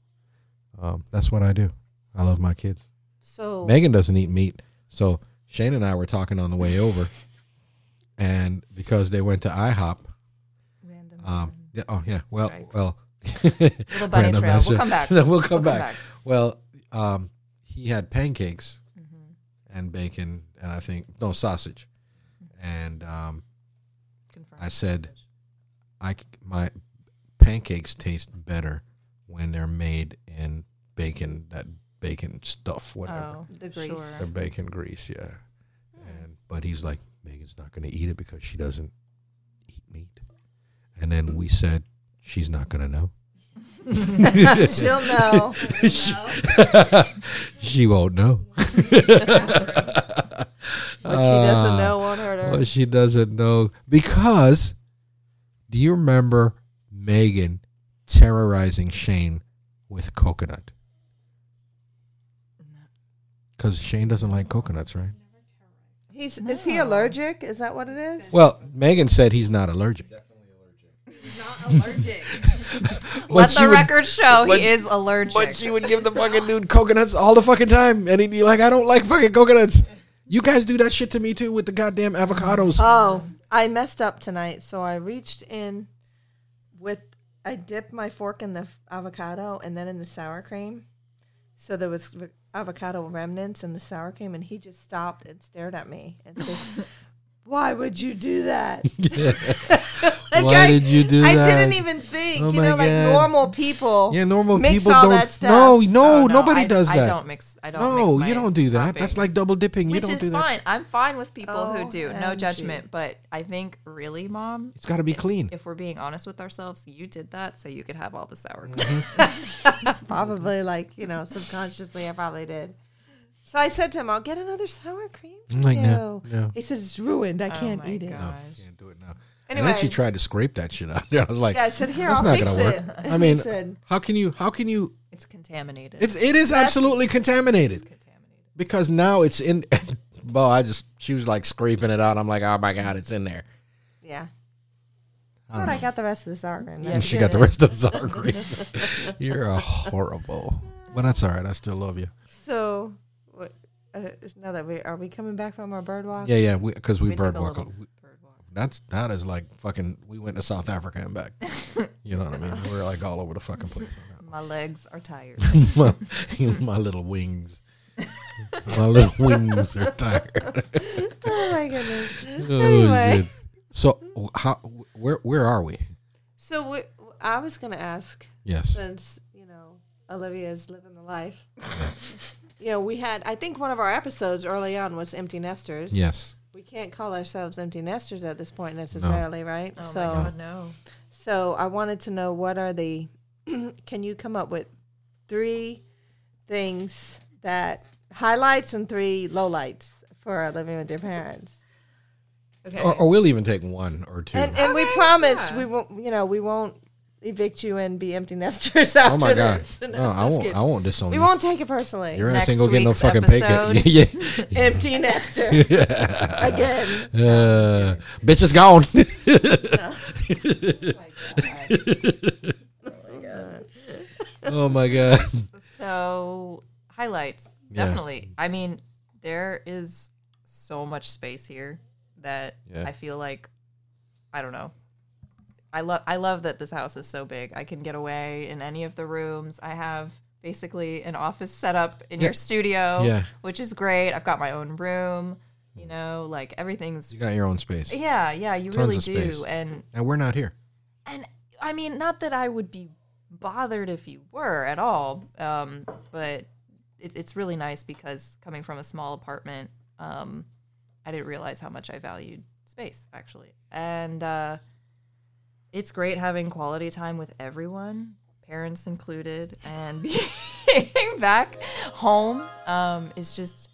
Speaker 1: um, that's what I do. I love my kids.
Speaker 3: So
Speaker 1: Megan doesn't eat meat. So Shane and I were talking on the way over, and because they went to IHOP,
Speaker 2: Random.
Speaker 1: um, yeah, oh yeah, well,
Speaker 2: Strikes.
Speaker 1: well,
Speaker 2: Little bunny
Speaker 1: random
Speaker 2: trail.
Speaker 1: answer.
Speaker 2: We'll come back.
Speaker 1: No, we'll come
Speaker 2: We'll
Speaker 1: back. Well, um, he had pancakes
Speaker 2: Mm-hmm.
Speaker 1: and bacon, and I think no sausage, and um,
Speaker 2: Confirm.
Speaker 1: I said, I c- my pancakes taste better when they're made in bacon that bacon stuff whatever
Speaker 2: Oh,
Speaker 3: The grease.
Speaker 1: the
Speaker 2: Sure.
Speaker 1: bacon grease, yeah. And but he's like, Megan's not going to eat it because she doesn't eat meat. And then we said, she's not going to know.
Speaker 3: she'll know.
Speaker 1: She won't know.
Speaker 3: What she doesn't know won't hurt her.
Speaker 1: Ah. Well, she doesn't know because. Do you remember Megan terrorizing Shane with coconut? Because Shane doesn't like coconuts, right?
Speaker 3: He's is he allergic? Is that what it is?
Speaker 1: Well, Megan said he's not allergic.
Speaker 4: allergic.
Speaker 2: Let
Speaker 1: But
Speaker 2: the record show he is allergic.
Speaker 1: But she would give the fucking dude coconuts all the fucking time, and he'd be like, "I don't like fucking coconuts." You guys do that shit to me too with the goddamn avocados.
Speaker 3: Oh, I messed up tonight, so I reached in with I dipped my fork in the f- avocado and then in the sour cream. So there was v- avocado remnants in the sour cream, and he just stopped and stared at me and says, "Why would you do that?" Like,
Speaker 1: Why did you do
Speaker 3: I
Speaker 1: that?
Speaker 3: didn't even think.
Speaker 1: Oh
Speaker 3: you
Speaker 1: my
Speaker 3: know, like
Speaker 1: God.
Speaker 3: normal people.
Speaker 1: yeah, normal
Speaker 3: mix
Speaker 1: people
Speaker 3: all
Speaker 1: don't.
Speaker 3: that stuff.
Speaker 1: No, no,
Speaker 2: Oh,
Speaker 1: nobody
Speaker 2: I,
Speaker 1: does
Speaker 2: I
Speaker 1: that.
Speaker 2: don't mix. I don't.
Speaker 1: no,
Speaker 2: mix
Speaker 1: you
Speaker 2: my
Speaker 1: don't do that. That's
Speaker 2: toppings.
Speaker 1: like double dipping. you
Speaker 2: Which
Speaker 1: don't
Speaker 2: is
Speaker 1: do that.
Speaker 2: fine. I'm fine with people who do. No
Speaker 3: OMG.
Speaker 2: judgment, but I think really, mom,
Speaker 1: It's got to be clean.
Speaker 2: if we're being honest with ourselves, you did that so you could have all the sour cream.
Speaker 3: Probably like, you know, subconsciously I probably did. So I said to him, I'll get another sour cream.
Speaker 1: I'm like,
Speaker 3: for
Speaker 1: no,
Speaker 3: you."
Speaker 1: no.
Speaker 3: He said, it's ruined. I can't
Speaker 2: Oh my
Speaker 3: eat it.
Speaker 2: God.
Speaker 1: No,
Speaker 2: Gosh.
Speaker 1: can't do it now. And then
Speaker 3: Anyway.
Speaker 1: she tried to scrape that shit out. I was like,
Speaker 3: Yeah, I said, here,
Speaker 1: that's
Speaker 3: I'll
Speaker 1: not
Speaker 3: fix
Speaker 1: gonna
Speaker 3: it.
Speaker 1: work.
Speaker 3: And
Speaker 1: I mean,
Speaker 3: he said,
Speaker 1: how can you? How can you?
Speaker 2: It's contaminated.
Speaker 1: It's it is absolutely contaminated.
Speaker 2: contaminated.
Speaker 1: because now it's in. Well, I just she was like scraping it out. I'm like, oh my god, it's in there.
Speaker 3: yeah.
Speaker 1: I
Speaker 3: But I got the rest of the sour cream.
Speaker 2: Yeah.
Speaker 1: And she got the rest of the sour cream. You're a horrible. But that's all right. I still love you.
Speaker 3: So what, uh, now that we are we coming back from our bird walk?
Speaker 1: Yeah, yeah. Because we,
Speaker 2: We took
Speaker 1: bird
Speaker 2: a
Speaker 1: walk.
Speaker 2: little
Speaker 1: we-
Speaker 2: bird walk.
Speaker 1: That's that is like fucking. We went to South Africa and back. You know what I mean? We're like all over the fucking place.
Speaker 2: My legs are tired. Oh
Speaker 1: my, my little wings. My little wings are tired.
Speaker 3: Oh my goodness.
Speaker 1: Oh,
Speaker 3: Anyway.
Speaker 1: shit. So how? Where where are we?
Speaker 3: So we, I was going to ask
Speaker 1: Yes.
Speaker 3: since you know Olivia's living the life. you know, we had I think one of our episodes early on was empty nesters.
Speaker 1: Yes.
Speaker 3: We can't call ourselves empty nesters at this point necessarily, right?
Speaker 2: Oh
Speaker 3: so
Speaker 2: my god, no.
Speaker 3: so I wanted to know what are the can you come up with three things that highlights and three lowlights for living with your parents?
Speaker 2: Okay.
Speaker 1: Or, or we'll even take one or two.
Speaker 3: And and we
Speaker 2: Okay,
Speaker 3: promise
Speaker 2: yeah.
Speaker 3: we won't you know, we won't evict you and be empty nesters after
Speaker 1: Oh my god! Oh.
Speaker 3: this.
Speaker 1: No,
Speaker 3: No,
Speaker 1: I
Speaker 3: just
Speaker 1: won't.
Speaker 3: kidding.
Speaker 1: I won't disown
Speaker 3: We
Speaker 1: you.
Speaker 3: won't take it personally.
Speaker 1: Your ass
Speaker 2: Next
Speaker 1: ain't gonna get no
Speaker 2: week's
Speaker 1: fucking
Speaker 2: episode.
Speaker 1: pay cut.
Speaker 3: empty nester again.
Speaker 1: yeah. Uh, bitch is gone. oh my god!
Speaker 2: So highlights,
Speaker 1: Yeah.
Speaker 2: definitely. I mean, there is so much space here that
Speaker 1: Yeah.
Speaker 2: I feel like I don't know. I love I love that this house is so big. I can get away in any of the rooms. I have basically an office set up in
Speaker 1: Yeah.
Speaker 2: your studio,
Speaker 1: Yeah.
Speaker 2: which is great. I've got my own room. You know, like everything's
Speaker 1: You got your own space,
Speaker 2: yeah, yeah. You
Speaker 1: Tons
Speaker 2: really
Speaker 1: of space.
Speaker 2: do, and
Speaker 1: and we're not here.
Speaker 2: and I mean, not that I would be bothered if you were at all, um, but it, it's really nice because coming from a small apartment, um, I didn't realize how much I valued space actually, and uh, it's great having quality time with everyone, parents included, and being back home um, is just.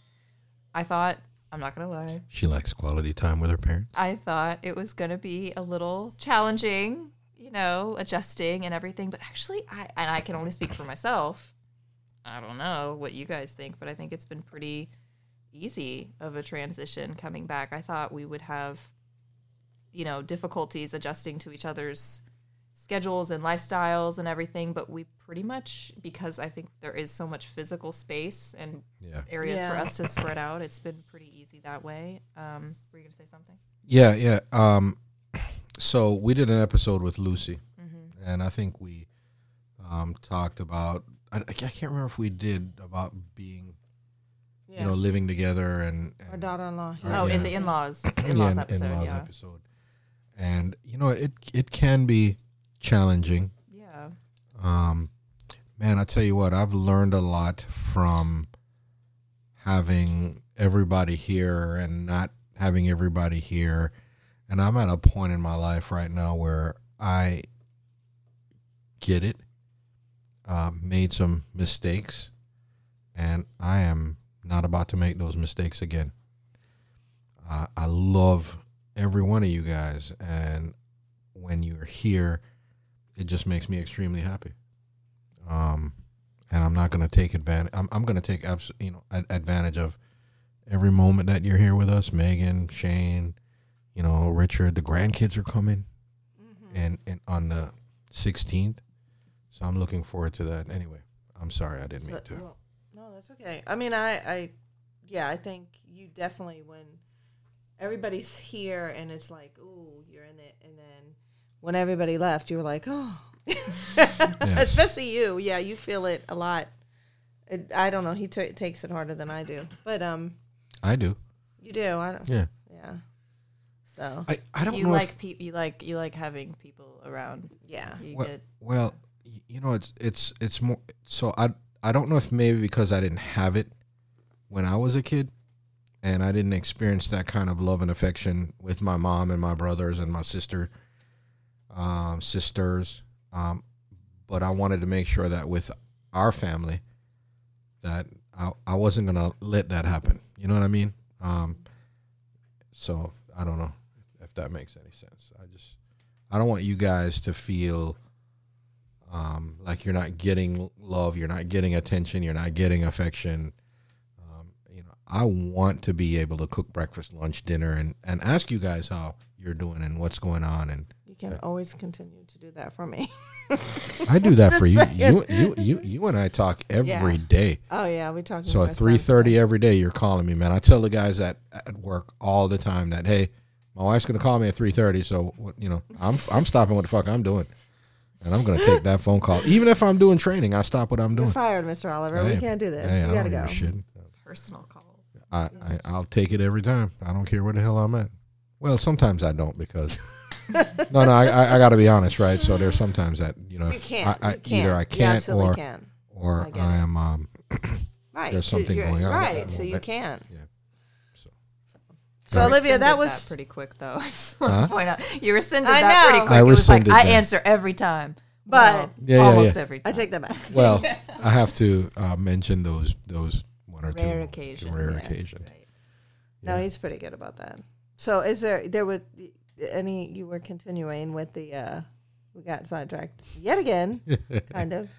Speaker 2: I thought I'm not gonna lie.
Speaker 1: She likes quality time with her parents.
Speaker 2: I thought it was going to be a little challenging, you know, adjusting and everything. But actually, I and I can only speak for myself. I don't know what you guys think, but I think it's been pretty easy of a transition coming back. I thought we would have, you know, difficulties adjusting to each other's schedules and lifestyles and everything, but we pretty much because I think there is so much physical space and
Speaker 1: Yeah.
Speaker 2: areas for
Speaker 3: Yeah.
Speaker 2: us to spread out. It's been pretty easy that way. Um, were you gonna say something?
Speaker 1: Yeah, yeah. Um, so we did an episode with Lucy, and I think we um, talked about. I, I can't remember if we did about being,
Speaker 3: Yeah.
Speaker 1: you know, living together and,
Speaker 3: Our
Speaker 1: and
Speaker 3: daughter-in-law.
Speaker 1: Or,
Speaker 2: Oh,
Speaker 1: yeah.
Speaker 2: in the in-laws, in-laws
Speaker 1: Yeah,
Speaker 2: episode.
Speaker 1: in-laws
Speaker 2: yeah.
Speaker 1: episode. And you know, it it can be challenging.
Speaker 2: yeah.
Speaker 1: Um, man, I tell you what, I've learned a lot from having everybody here and not having everybody here. And I'm at a point in my life right now where I get it, uh, made some mistakes, and I am not about to make those mistakes again. Uh, I love every one of you guys, and when you're here, it just makes me extremely happy. Um, and I'm not going to take advantage. I'm, I'm going to take abs- you know ad- advantage of every moment that you're here with us, Megan, Shane, you know, Richard. The grandkids are coming,
Speaker 3: Mm-hmm.
Speaker 1: and and on the 16th, so I'm looking forward to that. Anyway, I'm sorry I didn't
Speaker 3: So-
Speaker 1: mean to.
Speaker 3: well, no, that's okay. I mean, I, I, yeah, I think you definitely when everybody's here and it's like, ooh, you're in it, and then when everybody left, you were like, oh, especially you. Yeah, you feel it a lot. It, I don't know. He ta takes it harder than I do, but um,
Speaker 1: I do.
Speaker 3: you do. I don't.
Speaker 1: Yeah.
Speaker 3: Yeah. So
Speaker 1: I, I don't
Speaker 2: You
Speaker 1: know. if-
Speaker 2: like peop you like you like having people around.
Speaker 3: yeah,
Speaker 2: You
Speaker 1: Well-
Speaker 2: get
Speaker 1: Well, y- you know, it's it's it's more. So I I don't know if maybe because I didn't have it when I was a kid, and I didn't experience that kind of love and affection with my mom and my brothers and my sister, um, sisters. Um, but I wanted to make sure that with our family, that I I wasn't gonna let that happen. You know what I mean? Um, so I don't know if that makes any sense. I just I don't want you guys to feel um, like you're not getting love, you're not getting attention, you're not getting affection. Um, you know, I want to be able to cook breakfast, lunch, dinner, and and ask you guys how you're doing and what's going on. And
Speaker 3: you can always continue to do that for me.
Speaker 1: I do that for you.
Speaker 3: Just
Speaker 1: You
Speaker 3: saying.
Speaker 1: you you you and I talk every
Speaker 3: Yeah.
Speaker 1: day.
Speaker 3: Oh yeah, we talked.
Speaker 1: So at three thirty every day, you're calling me, man. I tell the guys at at work all the time that hey, my wife's gonna call me at three thirty. So what you know, I'm I'm stopping what the fuck I'm doing, and I'm gonna take that phone call, even if I'm doing training. I stop what I'm
Speaker 3: You're
Speaker 1: doing.
Speaker 3: fired, Mr. Oliver.
Speaker 1: Hey,
Speaker 3: we can't do this.
Speaker 1: hey,
Speaker 3: you
Speaker 1: I
Speaker 3: gotta
Speaker 1: don't give
Speaker 3: go.
Speaker 1: a shit.
Speaker 2: personal calls.
Speaker 1: I, I I'll take it every time. I don't care where the hell I'm at. Well, sometimes I don't because no, no, I, I, I got to be honest, right? So there's sometimes that you know
Speaker 3: You
Speaker 1: if
Speaker 3: can't.
Speaker 1: I, I,
Speaker 3: you can't.
Speaker 1: either I
Speaker 3: You
Speaker 1: can't
Speaker 3: absolutely
Speaker 1: or
Speaker 3: can.
Speaker 1: or
Speaker 3: I get
Speaker 1: I
Speaker 3: it.
Speaker 1: am um
Speaker 3: Right.
Speaker 1: there's
Speaker 3: you-
Speaker 1: something
Speaker 3: you're-
Speaker 1: going on at
Speaker 3: Right.
Speaker 1: that
Speaker 3: So you
Speaker 1: moment.
Speaker 3: can.
Speaker 1: Yeah. So-
Speaker 3: So
Speaker 1: Right.
Speaker 3: Olivia,
Speaker 2: Rescinded
Speaker 3: that was
Speaker 2: pretty quick though. I just want to
Speaker 1: Huh?
Speaker 2: point out you rescinded
Speaker 3: I
Speaker 2: that pretty
Speaker 3: know.
Speaker 2: quick.
Speaker 1: I
Speaker 2: it was like
Speaker 1: rescinded
Speaker 2: I
Speaker 1: that.
Speaker 2: answer every time,
Speaker 3: But-
Speaker 2: Well,
Speaker 1: Yeah, yeah,
Speaker 2: almost
Speaker 1: yeah.
Speaker 2: every time.
Speaker 3: I take that back.
Speaker 1: well, I have to uh, mention those those one or two
Speaker 2: rare occasion.
Speaker 1: Rare
Speaker 2: yes,
Speaker 1: occasions.
Speaker 2: right.
Speaker 3: No,
Speaker 1: Yeah.
Speaker 3: he's pretty good about that. So is there there would any you were continuing with the uh we got sidetracked yet again, kind of.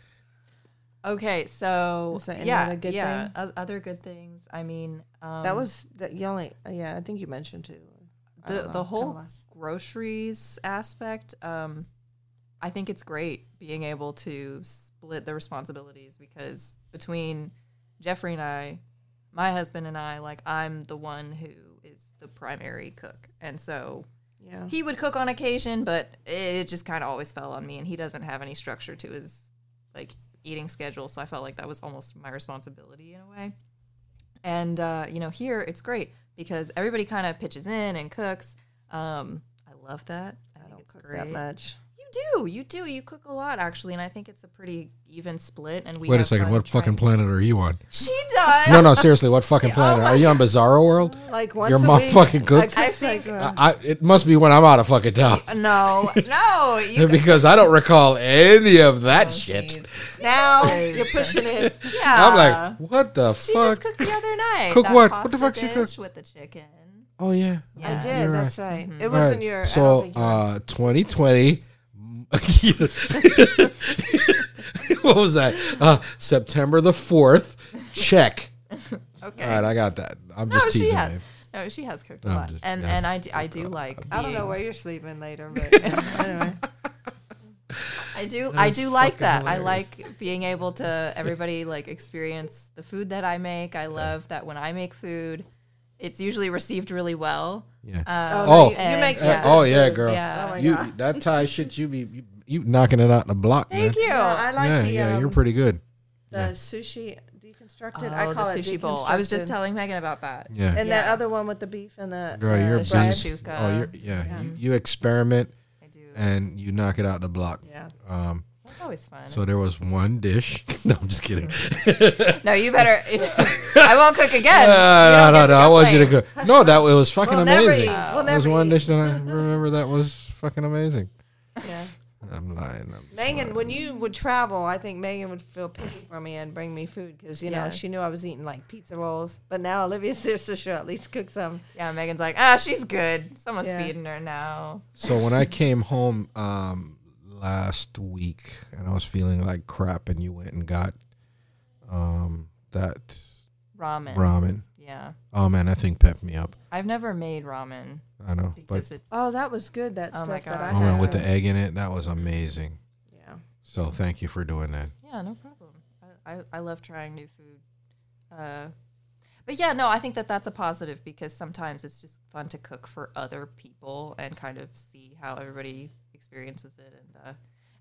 Speaker 2: Okay, so
Speaker 3: Is there any
Speaker 2: yeah,
Speaker 3: other good
Speaker 2: yeah,
Speaker 3: thing?
Speaker 2: o- other good things. I mean, um,
Speaker 3: that was that you only yeah, I think you mentioned two. I
Speaker 2: the
Speaker 3: don't know,
Speaker 2: the
Speaker 3: kinda
Speaker 2: whole
Speaker 3: lost.
Speaker 2: groceries aspect um i think it's great being able to split the responsibilities because between jeffrey and i my husband and i like i'm the one who is the primary cook and so
Speaker 3: yeah.
Speaker 2: he would cook on occasion but it just kind of always fell on me and he doesn't have any structure to his like eating schedule so i felt like that was almost my responsibility in a way and uh, you know here it's great because everybody kind of pitches in and cooks um, i love that i,
Speaker 3: I
Speaker 2: think
Speaker 3: don't
Speaker 2: it's
Speaker 3: cook
Speaker 2: great
Speaker 3: that much.
Speaker 2: you do you do you cook a lot actually and i think it's a pretty even split and we
Speaker 1: Wait a
Speaker 2: have
Speaker 1: second,
Speaker 2: fun
Speaker 1: what fucking
Speaker 2: trying-
Speaker 1: planet are you on?
Speaker 2: she does
Speaker 1: No, no, seriously, what fucking planet are you on? Bizarro World?
Speaker 3: Like once
Speaker 1: Your
Speaker 3: a
Speaker 1: mom
Speaker 3: week,
Speaker 1: fucking cooks?
Speaker 3: I cook like uh,
Speaker 1: I, I- it must be when I'm out of fucking town
Speaker 2: no no you
Speaker 1: because I don't recall any of that
Speaker 2: Oh,
Speaker 1: shit.
Speaker 2: jeez.
Speaker 3: now you're pushing it.
Speaker 2: yeah
Speaker 3: Ah.
Speaker 1: I'm like, what the
Speaker 2: she
Speaker 1: fuck?
Speaker 2: just cooked the other right.
Speaker 1: Cook
Speaker 2: that
Speaker 1: what? What
Speaker 2: Pasta
Speaker 1: the fuck she
Speaker 2: dish
Speaker 1: cooked?
Speaker 2: with the chicken.
Speaker 1: Oh yeah.
Speaker 2: Yeah.
Speaker 3: I did.
Speaker 1: You're
Speaker 3: That's right.
Speaker 2: Mhm.
Speaker 3: It
Speaker 1: All
Speaker 3: wasn't
Speaker 1: right,
Speaker 3: your. I don't
Speaker 1: So,
Speaker 3: think you-
Speaker 1: uh, 2020. what was that? Uh, September the 4th. Check.
Speaker 2: Okay.
Speaker 1: All right, I got that. I'm
Speaker 2: no,
Speaker 1: just
Speaker 2: she
Speaker 1: teasing.
Speaker 2: has.
Speaker 1: babe.
Speaker 2: No, she has cooked a
Speaker 1: I'm
Speaker 2: lot,
Speaker 1: just-
Speaker 2: and
Speaker 1: yes.
Speaker 2: and I do, I do like.
Speaker 3: I don't know
Speaker 2: being-
Speaker 3: where you're sleeping later, but anyway.
Speaker 2: I do.
Speaker 1: That
Speaker 2: I
Speaker 1: is
Speaker 2: do like
Speaker 1: fucking
Speaker 2: that. I
Speaker 1: hilarious.
Speaker 2: like being able to everybody like experience the food that I make. I love that when I make food, it's usually received really well.
Speaker 1: Yeah.
Speaker 2: Um,
Speaker 1: Oh.
Speaker 3: you, you
Speaker 2: and-
Speaker 3: make
Speaker 1: Uh,
Speaker 3: some good
Speaker 1: oh, yeah,
Speaker 3: food.
Speaker 1: girl.
Speaker 2: Yeah.
Speaker 3: uh, Oh my
Speaker 1: you
Speaker 3: God.
Speaker 1: that tie shit you be you, you knocking it out the block,
Speaker 2: Thank
Speaker 1: man.
Speaker 2: you.
Speaker 3: No, I like
Speaker 1: yeah,
Speaker 3: the,
Speaker 1: yeah,
Speaker 3: um,
Speaker 1: you're pretty good.
Speaker 3: the
Speaker 1: yeah.
Speaker 3: sushi deconstructed.
Speaker 2: Oh,
Speaker 3: I call
Speaker 2: the
Speaker 3: it
Speaker 2: sushi bowl. I was just
Speaker 3: deconstructed.
Speaker 2: telling Megan about that.
Speaker 1: Yeah.
Speaker 3: And that
Speaker 2: Yeah.
Speaker 3: other one with the beef and the
Speaker 1: Girl,
Speaker 3: uh,
Speaker 1: you're a
Speaker 3: bread.
Speaker 1: beast.
Speaker 2: Shakshuka.
Speaker 1: Oh, you're yeah.
Speaker 2: Yeah.
Speaker 1: You, you experiment
Speaker 2: I do.
Speaker 1: and you knock it out the block.
Speaker 3: Yeah.
Speaker 1: Um,
Speaker 2: That's always fun.
Speaker 1: so there was one dish. no, I'm just kidding.
Speaker 2: no, you better. I won't cook again.
Speaker 1: no, no,
Speaker 2: get to
Speaker 1: no. I want you to go.
Speaker 2: complain.
Speaker 1: No, that it was fucking
Speaker 3: We'll never
Speaker 1: amazing.
Speaker 3: eat.
Speaker 2: Wow.
Speaker 3: We'll
Speaker 1: There was
Speaker 3: never
Speaker 1: one
Speaker 3: eat.
Speaker 1: dish that I remember that was fucking amazing.
Speaker 3: Yeah.
Speaker 1: I'm lying. I'm
Speaker 3: Megan,
Speaker 1: lying.
Speaker 3: when you would travel, I think Megan would feel pity for me and bring me food because you know she
Speaker 2: Yes.
Speaker 3: knew I was eating like pizza rolls. But now Olivia's sister should at least cook some.
Speaker 2: Yeah, Megan's like, ah, she's good. Someone's
Speaker 3: Yeah.
Speaker 2: feeding her now.
Speaker 1: So when I came home um, last week and I was feeling like crap, and you went and got um, that
Speaker 2: Ramen.
Speaker 1: ramen.
Speaker 2: Yeah,
Speaker 1: Oh man, that thing pepped me up.
Speaker 2: I've never made ramen
Speaker 1: I know, but
Speaker 2: because it's.
Speaker 3: Oh, that was good. That
Speaker 2: Oh my
Speaker 3: stuff that I
Speaker 2: God.
Speaker 1: oh man,
Speaker 3: had.
Speaker 1: with the egg in it, that was amazing.
Speaker 3: yeah.
Speaker 1: So thank you for doing that.
Speaker 2: Yeah, no problem. I, I, I love trying new food. Uh, but yeah, no, I think that that's a positive because sometimes it's just fun to cook for other people and kind of see how everybody experiences it. And uh,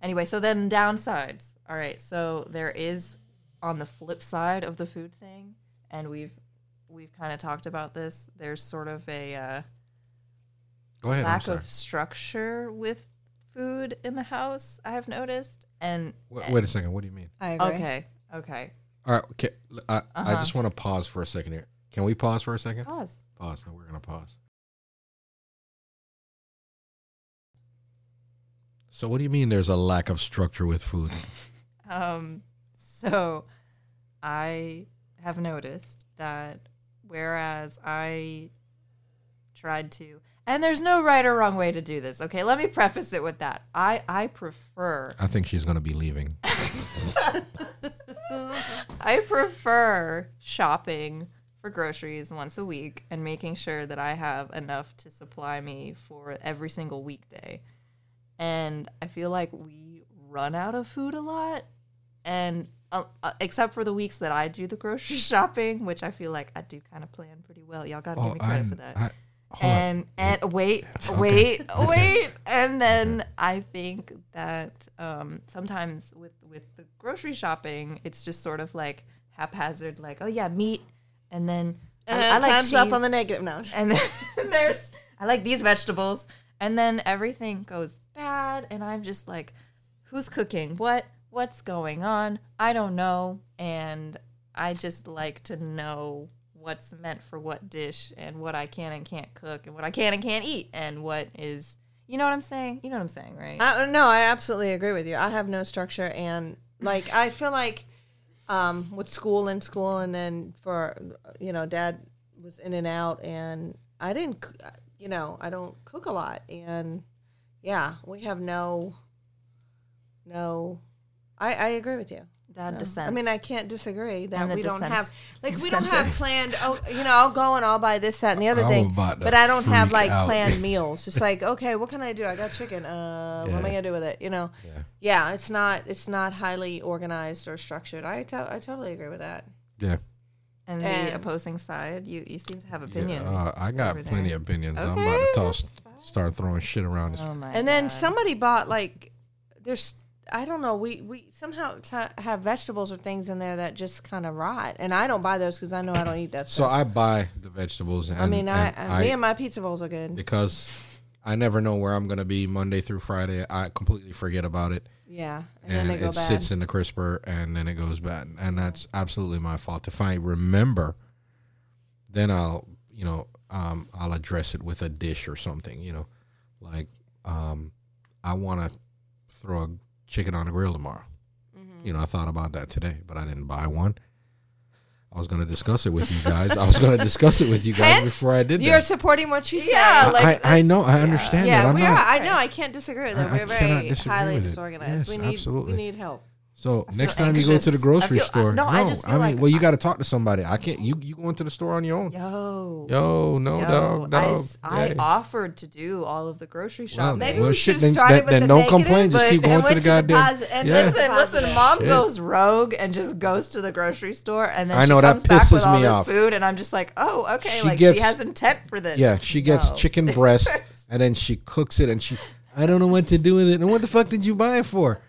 Speaker 2: anyway, so then downsides. All right, so there is on the flip side of the food thing, and we've we've kind of talked about this. There's sort of a uh,
Speaker 1: Go ahead. I'm
Speaker 2: lack
Speaker 1: sorry.
Speaker 2: of structure with food in the house. I have noticed, and
Speaker 1: Wait, wait a second. What do you mean?
Speaker 3: I agree.
Speaker 2: okay, okay,
Speaker 1: All right. Okay, I, I
Speaker 2: Uh-huh.
Speaker 1: just want to pause for a second here. Can we pause for a second?
Speaker 2: pause.
Speaker 1: Pause. No, we're gonna pause. So what do you mean? There's a lack of structure with food.
Speaker 2: Um, so I have noticed that whereas I tried to, and there's no right or wrong way to do this. Okay, let me preface it with that. I I prefer
Speaker 1: I think she's gonna be leaving.
Speaker 2: I prefer shopping for groceries once a week and making sure that I have enough to supply me for every single weekday. And I feel like we run out of food a lot. And uh, uh, except for the weeks that I do the grocery shopping, which I feel like I do kind of plan pretty well. Y'all got to give me credit
Speaker 1: I-
Speaker 2: for that
Speaker 1: Oh, I- hold on.
Speaker 2: and and wait,
Speaker 1: Okay.
Speaker 2: wait,
Speaker 1: Okay.
Speaker 2: wait, and then I think that um, sometimes with with the grocery shopping, it's just sort of like haphazard, like oh yeah, meat, and then
Speaker 3: Uh,
Speaker 2: I, I like
Speaker 3: time's up on the
Speaker 2: cheese,
Speaker 3: negative now.
Speaker 2: and then there's I like these vegetables, and then everything goes bad, and I'm just like, who's cooking what? What's going on? I don't know, and I just like to know what's meant for what dish and what I can and can't cook and what I can and can't eat and what is you know what I'm saying? You know what I'm saying, right?
Speaker 3: I, no, I absolutely agree with you. I have no structure, and like I feel like um, with school and school, and then for you know, dad was in and out, and I didn't, c- you know, I don't cook a lot, and yeah, we have no, no. I, I agree with you.
Speaker 2: Dad
Speaker 3: No.
Speaker 2: dissents.
Speaker 3: I mean, I can't disagree that
Speaker 2: And the
Speaker 3: we don't
Speaker 2: dissent.
Speaker 3: have like we don't have
Speaker 2: Dissenter.
Speaker 3: planned. Oh, you know, I'll go and I'll buy this, that, and the other
Speaker 1: I'm
Speaker 3: thing.
Speaker 1: about to
Speaker 3: But I don't have
Speaker 1: freak
Speaker 3: like
Speaker 1: out.
Speaker 3: planned meals. It's like, okay, what can I do? I got chicken. Uh, what am I
Speaker 1: Yeah.
Speaker 3: gonna do with it? You know.
Speaker 1: Yeah.
Speaker 3: Yeah, it's not it's not highly organized or structured. I to- I totally agree with that.
Speaker 1: Yeah.
Speaker 2: and the
Speaker 3: and-
Speaker 2: opposing side, you you seem to have
Speaker 1: Yeah,
Speaker 2: opinions.
Speaker 1: uh, I got
Speaker 2: over there.
Speaker 1: plenty of opinions. I'm
Speaker 2: Okay,
Speaker 1: about to toss,
Speaker 2: that's fine.
Speaker 1: start throwing shit around. This.
Speaker 2: Oh my
Speaker 3: and then
Speaker 2: God.
Speaker 3: somebody bought like there's I don't know we we somehow t- have vegetables or things in there that just kind of rot, and I don't buy those because I know I don't eat that
Speaker 1: so
Speaker 3: stuff.
Speaker 1: I buy the vegetables. And,
Speaker 3: I mean, I,
Speaker 2: uh,
Speaker 1: and
Speaker 3: I, me and my pizza rolls are good.
Speaker 1: because I never know where I'm gonna be Monday through Friday. I completely forget about it,
Speaker 3: Yeah,
Speaker 1: and,
Speaker 3: and, then they go
Speaker 1: it
Speaker 3: bad.
Speaker 1: sits in the crisper, and then it goes bad. And that's absolutely my fault. If I remember, then I'll you know um, I'll address it with a dish or something. You know, like um, I want to throw a chicken on the grill tomorrow.
Speaker 3: Mhm.
Speaker 1: You know, I thought about that today, but I didn't buy one. I was going to discuss it with you guys. I was going to discuss it with you guys
Speaker 4: Hence,
Speaker 1: before I did
Speaker 4: You're
Speaker 1: that.
Speaker 4: supporting what she's
Speaker 1: I,
Speaker 4: yeah, saying.
Speaker 1: I- I, know. I understand
Speaker 4: yeah,
Speaker 1: that. I'm
Speaker 4: we are.
Speaker 1: not.
Speaker 4: I know. I can't disagree with
Speaker 1: I-
Speaker 4: that.
Speaker 1: I
Speaker 4: We're
Speaker 1: cannot
Speaker 4: very
Speaker 1: disagree
Speaker 4: highly
Speaker 1: with it.
Speaker 4: disorganized.
Speaker 1: Yes,
Speaker 4: we need
Speaker 1: absolutely.
Speaker 4: we need help.
Speaker 1: So
Speaker 2: I
Speaker 1: next
Speaker 2: feel
Speaker 1: time you go to the
Speaker 2: anxious.
Speaker 1: grocery
Speaker 2: I feel- I-
Speaker 1: store,
Speaker 2: no,
Speaker 1: no,
Speaker 2: I
Speaker 1: I,
Speaker 2: just feel
Speaker 1: mean,
Speaker 2: like-
Speaker 1: well, you got to talk to somebody. I can't. You you go into the store on your own.
Speaker 2: Yo.
Speaker 1: Yo, Oh, no,
Speaker 2: yo,
Speaker 1: dog,
Speaker 2: I,
Speaker 1: dog.
Speaker 2: s- I
Speaker 1: Hey.
Speaker 2: offered to do all of the grocery shopping.
Speaker 4: Maybe
Speaker 1: Well,
Speaker 4: we
Speaker 1: shit,
Speaker 4: should have
Speaker 1: then-
Speaker 4: started
Speaker 1: then-
Speaker 4: with
Speaker 1: then
Speaker 4: the
Speaker 1: don't
Speaker 4: negative,
Speaker 1: complain, just
Speaker 4: but-
Speaker 1: keep
Speaker 4: and
Speaker 1: going to
Speaker 4: went
Speaker 1: the goddamn-
Speaker 4: posi- and
Speaker 1: Yeah.
Speaker 4: went to
Speaker 2: Listen,
Speaker 4: the
Speaker 2: listen.
Speaker 4: positive.
Speaker 2: Mom
Speaker 1: Shit.
Speaker 2: goes rogue and just goes to the grocery store, and then
Speaker 1: I
Speaker 2: she
Speaker 1: know, that
Speaker 2: comes back with
Speaker 1: pisses
Speaker 2: all
Speaker 1: me
Speaker 2: this
Speaker 1: off.
Speaker 2: food, and I'm just like, oh, okay,
Speaker 1: She
Speaker 2: like
Speaker 1: gets-
Speaker 2: she has intent for this.
Speaker 1: Yeah, she gets
Speaker 2: No.
Speaker 1: chicken breast and then she cooks it and she I don't know what to do with it. And what the fuck did you buy it for?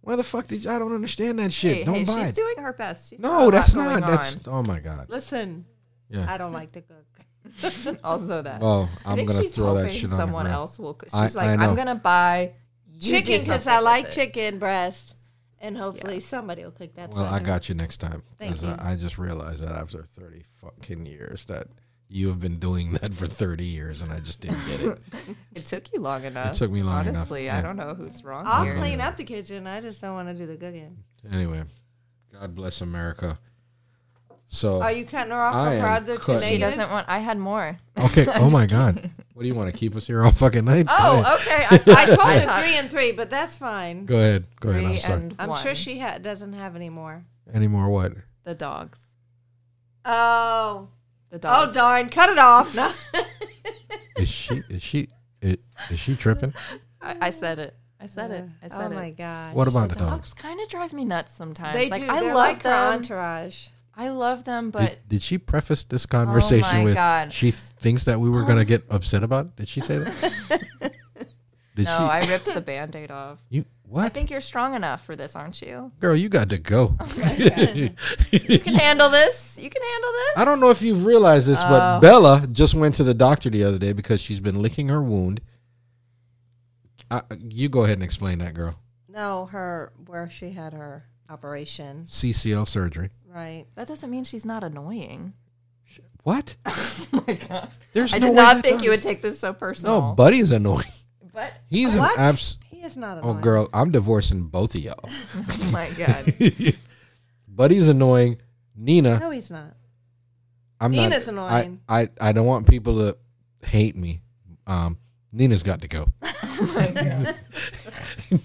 Speaker 1: Why the fuck did you I don't understand that shit.
Speaker 2: Hey,
Speaker 1: don't
Speaker 2: hey,
Speaker 1: buy
Speaker 2: she's
Speaker 1: it.
Speaker 2: doing her best. She's got a
Speaker 1: no,
Speaker 2: lot
Speaker 1: that's
Speaker 2: going
Speaker 1: not. That's
Speaker 2: on.
Speaker 1: oh my god.
Speaker 4: Listen,
Speaker 1: Yeah.
Speaker 4: I don't like to cook.
Speaker 2: also that.
Speaker 1: Oh,
Speaker 2: I
Speaker 1: I'm
Speaker 2: think
Speaker 1: gonna
Speaker 2: she's
Speaker 1: throw that
Speaker 2: hoping
Speaker 1: shit on the
Speaker 2: someone
Speaker 1: ground.
Speaker 2: else will. She's
Speaker 1: I- I
Speaker 2: like,
Speaker 1: know.
Speaker 2: I'm gonna buy you do
Speaker 4: chicken because
Speaker 2: something
Speaker 4: I
Speaker 2: with
Speaker 4: like
Speaker 2: it."
Speaker 4: chicken breast, and hopefully somebody will cook that.
Speaker 1: Well, I
Speaker 4: sucker.
Speaker 1: got you next time.
Speaker 4: Thank
Speaker 1: Because I, I just realized that after 30 fucking years that you have been doing that for 30 years and I just didn't get it.
Speaker 2: It took you long enough.
Speaker 1: took me long enough,
Speaker 2: Honestly,
Speaker 1: yeah.
Speaker 2: I don't know who's wrong
Speaker 4: I'll
Speaker 2: here.
Speaker 4: clean up the kitchen. I just don't want to do the cooking.
Speaker 1: anyway, God bless America. So
Speaker 4: Are you cutting her off
Speaker 1: I
Speaker 4: from her
Speaker 1: am
Speaker 4: other two
Speaker 1: cutting-
Speaker 4: negatives?
Speaker 2: She doesn't want. I had more.
Speaker 1: Okay, oh my god. What do you want to keep us here all fucking night? Go ahead.
Speaker 2: Oh, okay. I,
Speaker 4: I told her three and three, but that's fine.
Speaker 1: Go ahead. Go ahead. I'm
Speaker 2: three
Speaker 1: sorry.
Speaker 2: and
Speaker 4: I'm
Speaker 2: one.
Speaker 4: sure she ha- doesn't have any more.
Speaker 1: Any more what?
Speaker 2: the dogs.
Speaker 4: Oh,
Speaker 2: The dogs.
Speaker 4: oh darn! Cut it off. No.
Speaker 1: Is she is she is, is she tripping?
Speaker 2: I, I said it. I said it. I
Speaker 4: oh
Speaker 2: said it.
Speaker 4: my god.
Speaker 1: What about the
Speaker 2: Dogs,
Speaker 1: dogs?
Speaker 2: kind of drive me nuts sometimes.
Speaker 4: They
Speaker 2: like
Speaker 4: do.
Speaker 2: I
Speaker 4: They're
Speaker 2: love
Speaker 4: like her
Speaker 2: them.
Speaker 4: entourage.
Speaker 2: I love them,
Speaker 1: Did-
Speaker 2: but Oh
Speaker 1: Did, she preface this conversation
Speaker 2: my
Speaker 1: with
Speaker 2: God.
Speaker 1: she thinks that we were gonna get upset about? It? Did she say that? Did
Speaker 2: no,
Speaker 1: she?
Speaker 2: I ripped the band-aid off.
Speaker 1: you
Speaker 2: I
Speaker 1: what?
Speaker 2: think you're strong enough for this, aren't you?
Speaker 1: Girl, you got to go.
Speaker 2: You can handle this. You can handle this.
Speaker 1: I don't know if you've realized this,
Speaker 2: Oh.
Speaker 1: but Bella just went to the doctor the other day because she's been licking her wound. I, you go ahead and explain that, girl.
Speaker 3: No, her where she had her operation,
Speaker 1: CCL surgery.
Speaker 3: right?
Speaker 2: That doesn't mean she's not annoying.
Speaker 1: What?
Speaker 2: Oh my god.
Speaker 1: There's
Speaker 2: I
Speaker 1: no
Speaker 2: did
Speaker 1: way
Speaker 2: not
Speaker 1: that
Speaker 2: think you would
Speaker 1: does-
Speaker 2: take this so
Speaker 1: No,
Speaker 2: personal.
Speaker 1: Buddy's annoying.
Speaker 2: but
Speaker 1: He's
Speaker 3: What?
Speaker 1: an abs.
Speaker 3: He is not
Speaker 1: Oh,
Speaker 3: annoying.
Speaker 1: girl, I'm divorcing both of y'all.
Speaker 2: oh my god.
Speaker 1: Buddy's annoying. Nina,
Speaker 3: No, he's not.
Speaker 1: I'm not.
Speaker 4: Nina's annoying.
Speaker 1: I, I, I don't want people to hate me. Um, Nina's got to go.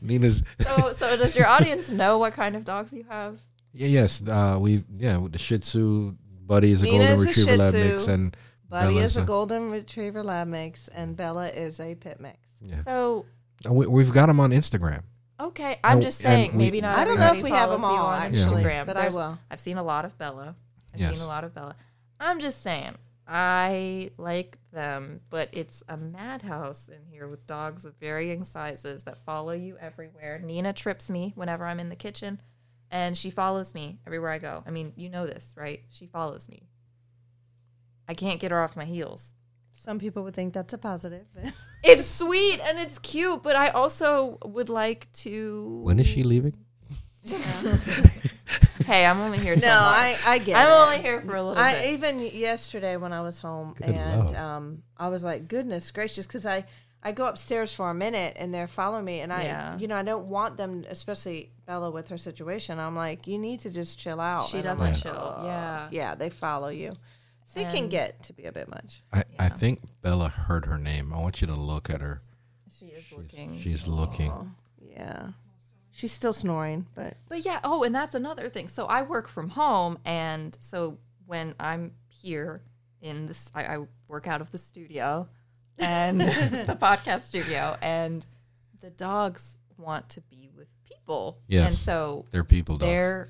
Speaker 1: Nina's.
Speaker 2: So, so does your audience know what kind of dogs you have?
Speaker 1: Yeah, yes. Uh, we yeah. with The Shih Tzu. Buddy is a
Speaker 3: Nina
Speaker 1: golden
Speaker 3: is a
Speaker 1: retriever
Speaker 3: Shih
Speaker 1: lab
Speaker 3: Tzu.
Speaker 1: mix, and
Speaker 3: Buddy
Speaker 1: Bella
Speaker 3: is a golden retriever lab mix, and Bella is a pit mix.
Speaker 1: Yeah.
Speaker 2: So
Speaker 1: we, we've got him on Instagram.
Speaker 2: okay, I'm
Speaker 1: No,
Speaker 2: just
Speaker 1: and
Speaker 2: saying
Speaker 1: we-
Speaker 2: maybe not.
Speaker 3: I don't know if
Speaker 2: everybody
Speaker 3: we have them
Speaker 2: follows you
Speaker 3: all
Speaker 2: on
Speaker 3: actually,
Speaker 2: Instagram,
Speaker 3: but I
Speaker 2: There's-
Speaker 3: will.
Speaker 2: I've seen a lot of Bella. I've
Speaker 1: Yes.
Speaker 2: seen a lot of Bella. I'm just saying, I like them, but it's a madhouse in here with dogs of varying sizes that follow you everywhere. Nina trips me whenever I'm in the kitchen, and she follows me everywhere I go. I mean, you know this, right? She follows me. I can't get her off my heels.
Speaker 3: Some people would think that's a positive. But
Speaker 2: It's sweet and it's cute, but I also would like to.
Speaker 1: When is she leaving?
Speaker 2: Hey, I'm only here.
Speaker 3: no,
Speaker 2: till
Speaker 3: I,
Speaker 2: March.
Speaker 3: I get.
Speaker 2: I'm
Speaker 3: it.
Speaker 2: only here for a little
Speaker 3: I
Speaker 2: bit.
Speaker 3: even yesterday when I was home
Speaker 1: Good
Speaker 3: and
Speaker 1: lord.
Speaker 3: um, I was like, goodness gracious, because I I go upstairs for a minute and they're following me, and I
Speaker 2: Yeah.
Speaker 3: you know I don't want them, especially Bella with her situation. I'm like, you need to just chill out.
Speaker 2: She
Speaker 3: And I'm
Speaker 2: doesn't
Speaker 3: like,
Speaker 2: chill.
Speaker 3: "Ugh."
Speaker 2: Yeah.
Speaker 3: yeah, they follow you, so it can
Speaker 2: And-
Speaker 3: get to be a bit much.
Speaker 1: I, I think Bella heard her name. I want you to look at her.
Speaker 2: she is looking.
Speaker 1: She's looking.
Speaker 3: Yeah, she's still snoring, but
Speaker 2: But yeah, oh, and that's another thing. So I work from home, and so when I'm here in this, I, I work out of the studio and the podcast studio, and the dogs want to be with people.
Speaker 1: Yes.
Speaker 2: And so
Speaker 1: They're people dogs.
Speaker 2: they're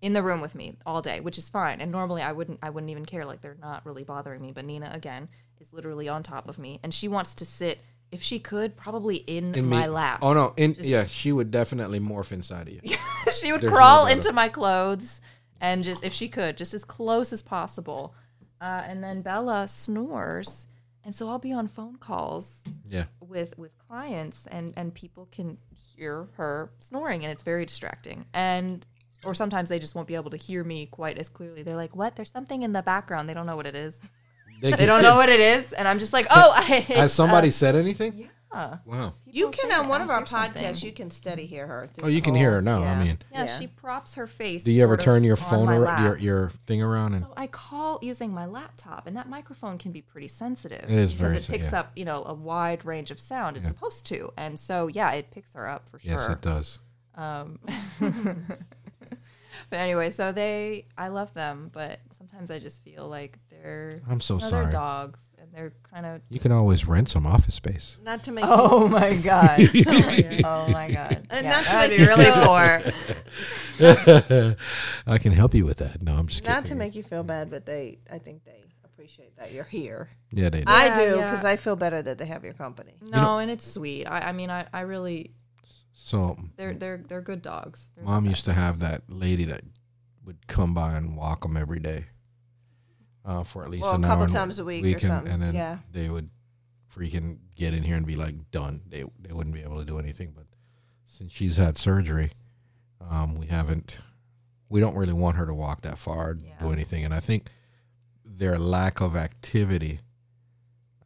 Speaker 2: in the room with me all day, which is fine. And normally I wouldn't I wouldn't even care. Like they're not really bothering me. But Nina again is literally on top of me and she wants to sit, if she could, probably in,
Speaker 1: In me-
Speaker 2: my lap.
Speaker 1: Oh no! In,
Speaker 2: Just-
Speaker 1: yeah, she would definitely morph inside of you.
Speaker 2: she would
Speaker 1: There's no
Speaker 2: crawl
Speaker 1: better.
Speaker 2: into my clothes and just if she could, just as close as possible. Uh, and then Bella snores. And so I'll be on phone calls
Speaker 1: Yeah.
Speaker 2: with with clients and and people can hear her snoring and it's very distracting and or sometimes they just won't be able to hear me quite as clearly they're like what there's something in the background they don't know what it is they
Speaker 1: get-
Speaker 2: don't know what it is and i'm just like oh I,
Speaker 1: Has somebody said anything?
Speaker 2: Yeah.
Speaker 1: Wow.
Speaker 3: You
Speaker 2: People
Speaker 3: can
Speaker 2: say
Speaker 3: on
Speaker 2: to
Speaker 3: one of
Speaker 2: ask
Speaker 3: our
Speaker 2: her something.
Speaker 3: podcasts, you can steady hear her. through
Speaker 1: Oh, you
Speaker 3: the
Speaker 1: can hear
Speaker 3: whole-
Speaker 1: her now. I
Speaker 3: yeah.
Speaker 1: mean,
Speaker 2: Yeah,
Speaker 3: Yeah.
Speaker 2: she props her face.
Speaker 1: do you ever
Speaker 2: sort of
Speaker 1: turn your
Speaker 2: on
Speaker 1: phone
Speaker 2: my
Speaker 1: or
Speaker 2: lap.
Speaker 1: your, your thing around and
Speaker 2: So I call using my laptop, and that microphone can be pretty sensitive.
Speaker 1: It is
Speaker 2: because
Speaker 1: very
Speaker 2: it
Speaker 1: sen-
Speaker 2: picks
Speaker 1: yeah.
Speaker 2: up, you know, a wide range of sound. It's supposed to, and so yeah, it picks her up for
Speaker 1: yes,
Speaker 2: sure.
Speaker 1: it does.
Speaker 2: Um, but anyway, so they, I love them, but sometimes I just feel like they're
Speaker 1: I'm so
Speaker 2: you know,
Speaker 1: sorry.
Speaker 2: they're dogs, and they're kind of.
Speaker 1: You can always rent some office space.
Speaker 4: Not to make
Speaker 2: Oh my god! oh my god!
Speaker 4: And
Speaker 2: Yeah,
Speaker 4: not to
Speaker 2: that'd
Speaker 4: make
Speaker 2: be
Speaker 4: you
Speaker 2: really
Speaker 4: feel-
Speaker 2: poor.
Speaker 1: I can help you with that. No, I'm just
Speaker 3: Not to
Speaker 1: kidding.
Speaker 3: make you feel bad, but they, I think they appreciate that you're here.
Speaker 1: Yeah, they do.
Speaker 3: I
Speaker 2: Yeah,
Speaker 3: do
Speaker 2: yeah.
Speaker 3: because I feel better that they have your company.
Speaker 2: No, and it's sweet. I, I mean, I, I really,
Speaker 1: So
Speaker 2: they're they're they're good dogs. They're
Speaker 1: Mom
Speaker 2: not
Speaker 1: used to have that lady that would come by and walk them every day uh, for at least
Speaker 3: Well, a
Speaker 1: an
Speaker 3: couple
Speaker 1: hour and
Speaker 3: times a week or
Speaker 1: and-
Speaker 3: something.
Speaker 1: and then
Speaker 3: Yeah.
Speaker 1: they would freaking get in here and be like done. They they wouldn't be able to do anything. But since she's had surgery, um, we haven't. We don't really want her to walk that far, or do
Speaker 2: Yeah.
Speaker 1: anything, and I think their lack of activity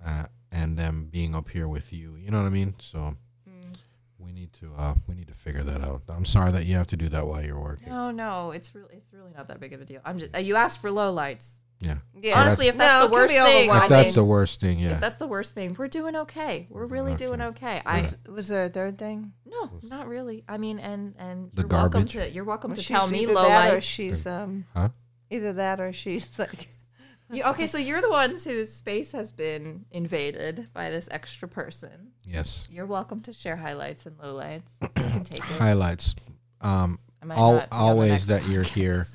Speaker 1: uh, and them being up here with you, you know what I mean. So
Speaker 2: Mm.
Speaker 1: we need to uh, we need to figure that out. I'm sorry that you have to do that while you're working.
Speaker 2: No, no, it's really it's really not that big of a deal. I'm just uh, you asked for low lights.
Speaker 1: Yeah.
Speaker 4: Yeah.
Speaker 1: So
Speaker 2: Honestly, if that's
Speaker 3: No, it
Speaker 2: the
Speaker 3: can
Speaker 2: worst thing,
Speaker 3: be overwhelming.
Speaker 2: I
Speaker 1: if that's
Speaker 2: mean,
Speaker 1: the worst thing, yeah.
Speaker 2: if that's the worst thing, we're doing okay. We're really doing okay. I
Speaker 3: Was, was there a third thing?
Speaker 2: no, not really. I mean, and and
Speaker 1: The
Speaker 2: you're welcome
Speaker 1: garbage?
Speaker 2: to you're welcome
Speaker 3: Well,
Speaker 2: to
Speaker 3: she's
Speaker 2: tell me
Speaker 3: either
Speaker 2: low
Speaker 3: that or
Speaker 2: lights.
Speaker 3: She's um,
Speaker 1: Huh?
Speaker 3: either that or she's like.
Speaker 2: You- okay, so you're the ones whose space has been invaded by this extra person.
Speaker 1: Yes.
Speaker 2: You're welcome to share highlights and lowlights. You can take it.
Speaker 1: Highlights. Um,
Speaker 2: I might
Speaker 1: al-
Speaker 2: not be on the
Speaker 1: always
Speaker 2: next
Speaker 1: that you're here.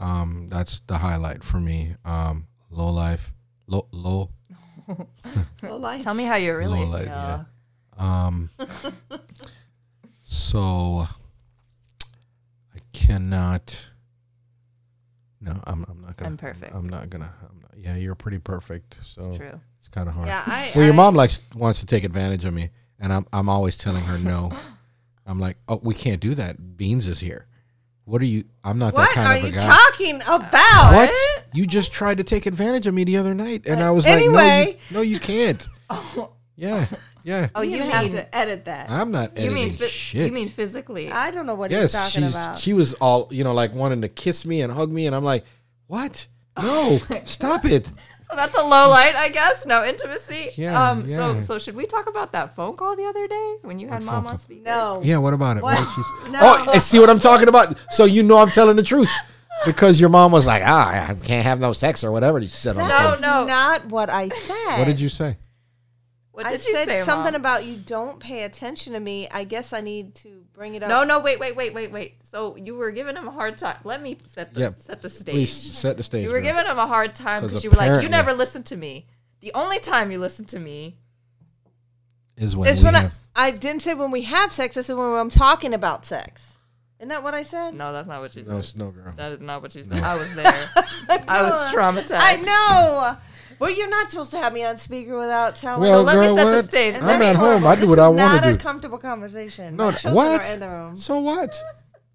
Speaker 2: podcast.
Speaker 1: Um, that's the highlight for me. Um, low life, low, low.
Speaker 2: Tell me how you really
Speaker 1: Lowlight, yeah.
Speaker 2: feel.
Speaker 1: Um, so I cannot. No, I'm. I'm not gonna.
Speaker 2: I'm perfect.
Speaker 1: I'm not gonna. I'm not, yeah, you're pretty perfect. So
Speaker 2: It's
Speaker 1: it's,
Speaker 2: true.
Speaker 1: kind of hard.
Speaker 4: Yeah, I,
Speaker 1: Well, your
Speaker 4: I-
Speaker 1: mom likes wants to take advantage of me, and I'm I'm always telling her no. I'm like, oh, we can't do that. Beans is here. What are you? I'm not that
Speaker 4: What
Speaker 1: kind
Speaker 4: are
Speaker 1: of a
Speaker 4: you
Speaker 1: guy.
Speaker 4: talking about?
Speaker 1: what? You just tried to take advantage of me the other night, and I was like,
Speaker 3: anyway.
Speaker 1: no, you, no, you can't. Yeah, yeah.
Speaker 2: Oh,
Speaker 3: You,
Speaker 2: you
Speaker 3: have
Speaker 2: mean-
Speaker 3: to edit that.
Speaker 1: I'm not
Speaker 2: You
Speaker 1: editing
Speaker 2: mean phy-
Speaker 1: shit.
Speaker 2: you mean physically?
Speaker 3: I don't know what he's
Speaker 1: yes,
Speaker 3: talking
Speaker 1: she's
Speaker 3: about.
Speaker 1: she was all you know, like wanting to kiss me and hug me, and I'm like, what? No, stop it.
Speaker 2: So that's a low light, I guess. No intimacy.
Speaker 1: Yeah,
Speaker 2: um so
Speaker 1: yeah.
Speaker 2: so should we talk about that phone call the other day when you had
Speaker 1: What
Speaker 2: mom
Speaker 1: phone
Speaker 2: on
Speaker 1: call?
Speaker 2: speaker?
Speaker 3: no.
Speaker 1: Yeah, what about it? What
Speaker 3: What?
Speaker 1: did she s-
Speaker 3: No.
Speaker 1: Oh, I see what I'm talking about. So you know I'm telling the truth because your mom was like, "Ah, I can't have no sex or whatever." She said on the
Speaker 2: No,
Speaker 1: phone.
Speaker 3: That's
Speaker 2: no.
Speaker 3: not what I said.
Speaker 1: What did you say?
Speaker 2: What
Speaker 3: I
Speaker 2: did you
Speaker 3: said
Speaker 2: say?
Speaker 3: something
Speaker 2: Mom?
Speaker 3: about you don't pay attention to me. I guess I need to bring it up.
Speaker 2: No, no, wait, wait, wait, wait, wait. So you were giving him a hard time. Let me set the
Speaker 1: Yeah,
Speaker 2: set the stage.
Speaker 1: Please set the stage.
Speaker 2: you were
Speaker 1: ma'am.
Speaker 2: giving him a hard time
Speaker 1: 'Cause
Speaker 2: because you were like,
Speaker 1: apparently-
Speaker 2: "You never listened to me. The only time you listened to me."
Speaker 1: is when
Speaker 3: It's
Speaker 1: we
Speaker 3: when I,
Speaker 1: have-
Speaker 3: I didn't say when we have sex. I said when I'm talking about sex. Isn't that what I said?
Speaker 2: No, that's not what you
Speaker 1: no,
Speaker 2: said.
Speaker 1: it's no girl.
Speaker 2: That is not what you said. I was there. I was traumatized.
Speaker 3: I know. But you're not supposed to have me on speaker without telling.
Speaker 2: So let me set the stage.
Speaker 3: And
Speaker 1: I'm
Speaker 3: that's
Speaker 1: at home.
Speaker 3: horrible.
Speaker 1: I do
Speaker 3: This
Speaker 1: what
Speaker 3: is
Speaker 1: I want
Speaker 3: Not
Speaker 1: to
Speaker 3: a
Speaker 1: do.
Speaker 3: comfortable conversation.
Speaker 1: No,
Speaker 3: My children
Speaker 1: what?
Speaker 3: Are in the room.
Speaker 1: So what?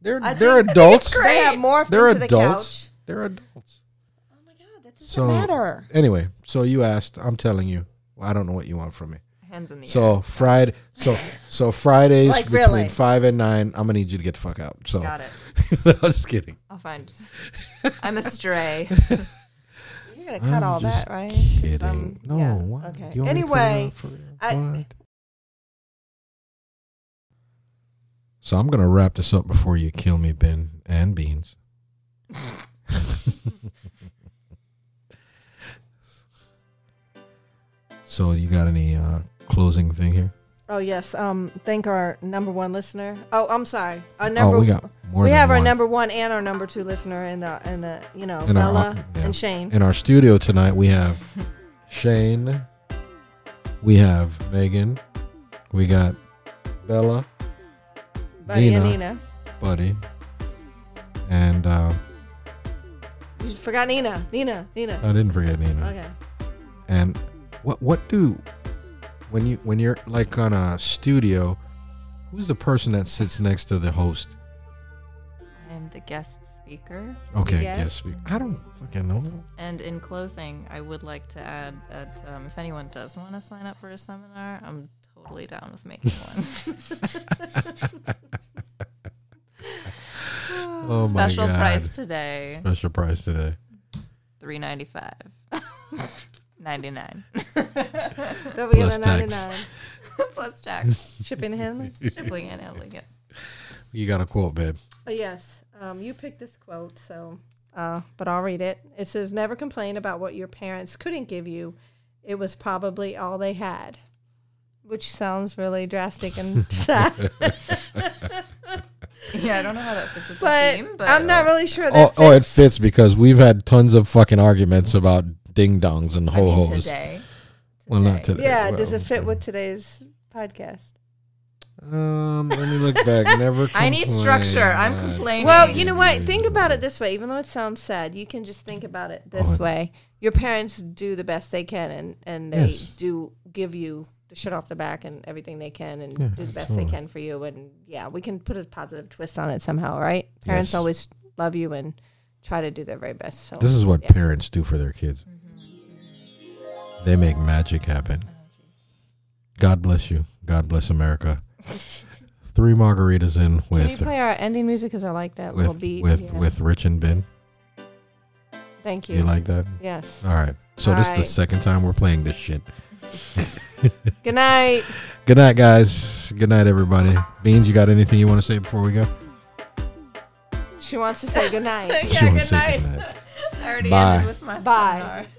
Speaker 1: They're
Speaker 3: I
Speaker 1: they're
Speaker 3: think- I think
Speaker 1: adults.
Speaker 3: They have morphed
Speaker 1: They're
Speaker 3: into
Speaker 1: adults. They're adults.
Speaker 3: the couch. Oh my god, that doesn't
Speaker 1: So
Speaker 3: matter.
Speaker 1: anyway, so you asked. I'm telling you. Well, I don't know what you want from me.
Speaker 2: Hands in the air.
Speaker 1: So Friday, so so Fridays
Speaker 3: Like,
Speaker 1: between
Speaker 3: really?
Speaker 1: five and nine, I'm gonna need you to get the fuck out. So
Speaker 2: Got it.
Speaker 1: I was just kidding.
Speaker 2: I'll find. I'm a stray.
Speaker 3: You're gonna cut
Speaker 1: I'm
Speaker 3: all
Speaker 1: just
Speaker 3: that, right? 'Cause
Speaker 1: Kidding.
Speaker 3: I'm-
Speaker 1: no.
Speaker 3: yeah,
Speaker 1: what?
Speaker 3: Okay.
Speaker 1: You want me to cut it
Speaker 3: Anyway,
Speaker 1: out for real?
Speaker 3: I-
Speaker 1: What? so I'm gonna wrap this up before you kill me, Ben and Beans. so you got any uh, closing thing here?
Speaker 3: Oh yes. Um, thank our number one listener. Oh, I'm sorry. Our number.
Speaker 1: oh, we got more.
Speaker 3: we
Speaker 1: than
Speaker 3: have our
Speaker 1: one.
Speaker 3: number one and our number two listener in the in the you know
Speaker 1: In our-
Speaker 3: Bella
Speaker 1: yeah.
Speaker 3: and Shane.
Speaker 1: In our studio tonight, we have Shane, we have Megan, we got Bella,
Speaker 3: Buddy and
Speaker 1: Nina.
Speaker 3: Nina.
Speaker 1: Buddy, and uh,
Speaker 3: You forgot Nina. Nina. Nina.
Speaker 1: I didn't forget Nina.
Speaker 3: Okay.
Speaker 1: And what what do when you when you're like on a studio? Who's the person that sits next to the host?
Speaker 2: I am the guest speaker.
Speaker 1: Okay,
Speaker 3: Yes.
Speaker 1: guess we, I don't fucking know.
Speaker 2: And in closing, I would like to add that um, if anyone does want to sign up for a seminar, I'm totally down with making one.
Speaker 1: Oh
Speaker 2: Special
Speaker 1: my god.
Speaker 2: price today,
Speaker 1: Special price today.
Speaker 2: three ninety five. 99
Speaker 3: Don't be in
Speaker 1: Plus
Speaker 3: the
Speaker 1: tax.
Speaker 3: 99.
Speaker 2: plus tax
Speaker 3: Shipping him.
Speaker 2: shipping and handling yes
Speaker 1: You got a quote, babe.
Speaker 3: Oh, yes. Um, you picked this quote, so. Uh, but I'll read it. It says, Never complain about what your parents couldn't give you. It was probably all they had. Which sounds really drastic and sad.
Speaker 2: yeah i don't know how that fits with
Speaker 3: but,
Speaker 2: the theme but
Speaker 3: I'm not really sure.
Speaker 1: Oh,
Speaker 3: That
Speaker 1: oh, it
Speaker 3: fits.
Speaker 1: fits because we've had tons of fucking arguments about ding dongs and
Speaker 2: I
Speaker 1: ho
Speaker 2: mean,
Speaker 1: hos.
Speaker 2: today
Speaker 1: Well, not
Speaker 2: today.
Speaker 1: today.
Speaker 3: Yeah,
Speaker 1: Oh. Well,
Speaker 3: does it fit with today's podcast?
Speaker 1: Um, let me look back. Never.
Speaker 2: I need structure. I'm
Speaker 1: complain.
Speaker 2: complaining.
Speaker 3: Well, you know what? Think about it this way. Even though it sounds sad, you can just think about it this
Speaker 1: Oh, it-
Speaker 3: way. Your parents do the best they can, and, and they
Speaker 1: Yes.
Speaker 3: do give you the shit off the back and everything they can, and
Speaker 1: Yeah,
Speaker 3: do the best
Speaker 1: absolutely.
Speaker 3: they can for you. And yeah, we can put a positive twist on it somehow, right? Parents
Speaker 1: Yes.
Speaker 3: always love you and try to do their very best. So
Speaker 1: This is what
Speaker 3: Yeah. Mm-hmm.
Speaker 1: parents do for their kids. They make magic happen. God bless you. God bless America. Three margaritas in
Speaker 3: can you
Speaker 1: with
Speaker 3: play our ending music? Because I like that little
Speaker 1: with
Speaker 3: beat.
Speaker 1: with,
Speaker 3: Yeah.
Speaker 1: with Rich and Ben.
Speaker 3: Thank you.
Speaker 1: You like that?
Speaker 3: yes.
Speaker 1: All right. So
Speaker 3: All
Speaker 1: this is the
Speaker 3: right.
Speaker 1: second time we're playing this shit.
Speaker 3: Good night.
Speaker 1: Good night, guys. Good night, everybody. Beans, you got anything you want to say before we go?
Speaker 3: She wants to say good night.
Speaker 1: She
Speaker 2: yeah,
Speaker 1: wants
Speaker 2: good
Speaker 1: to say
Speaker 2: night.
Speaker 1: good night.
Speaker 2: I already
Speaker 1: Bye.
Speaker 2: ended with my
Speaker 3: Bye.
Speaker 2: sonar.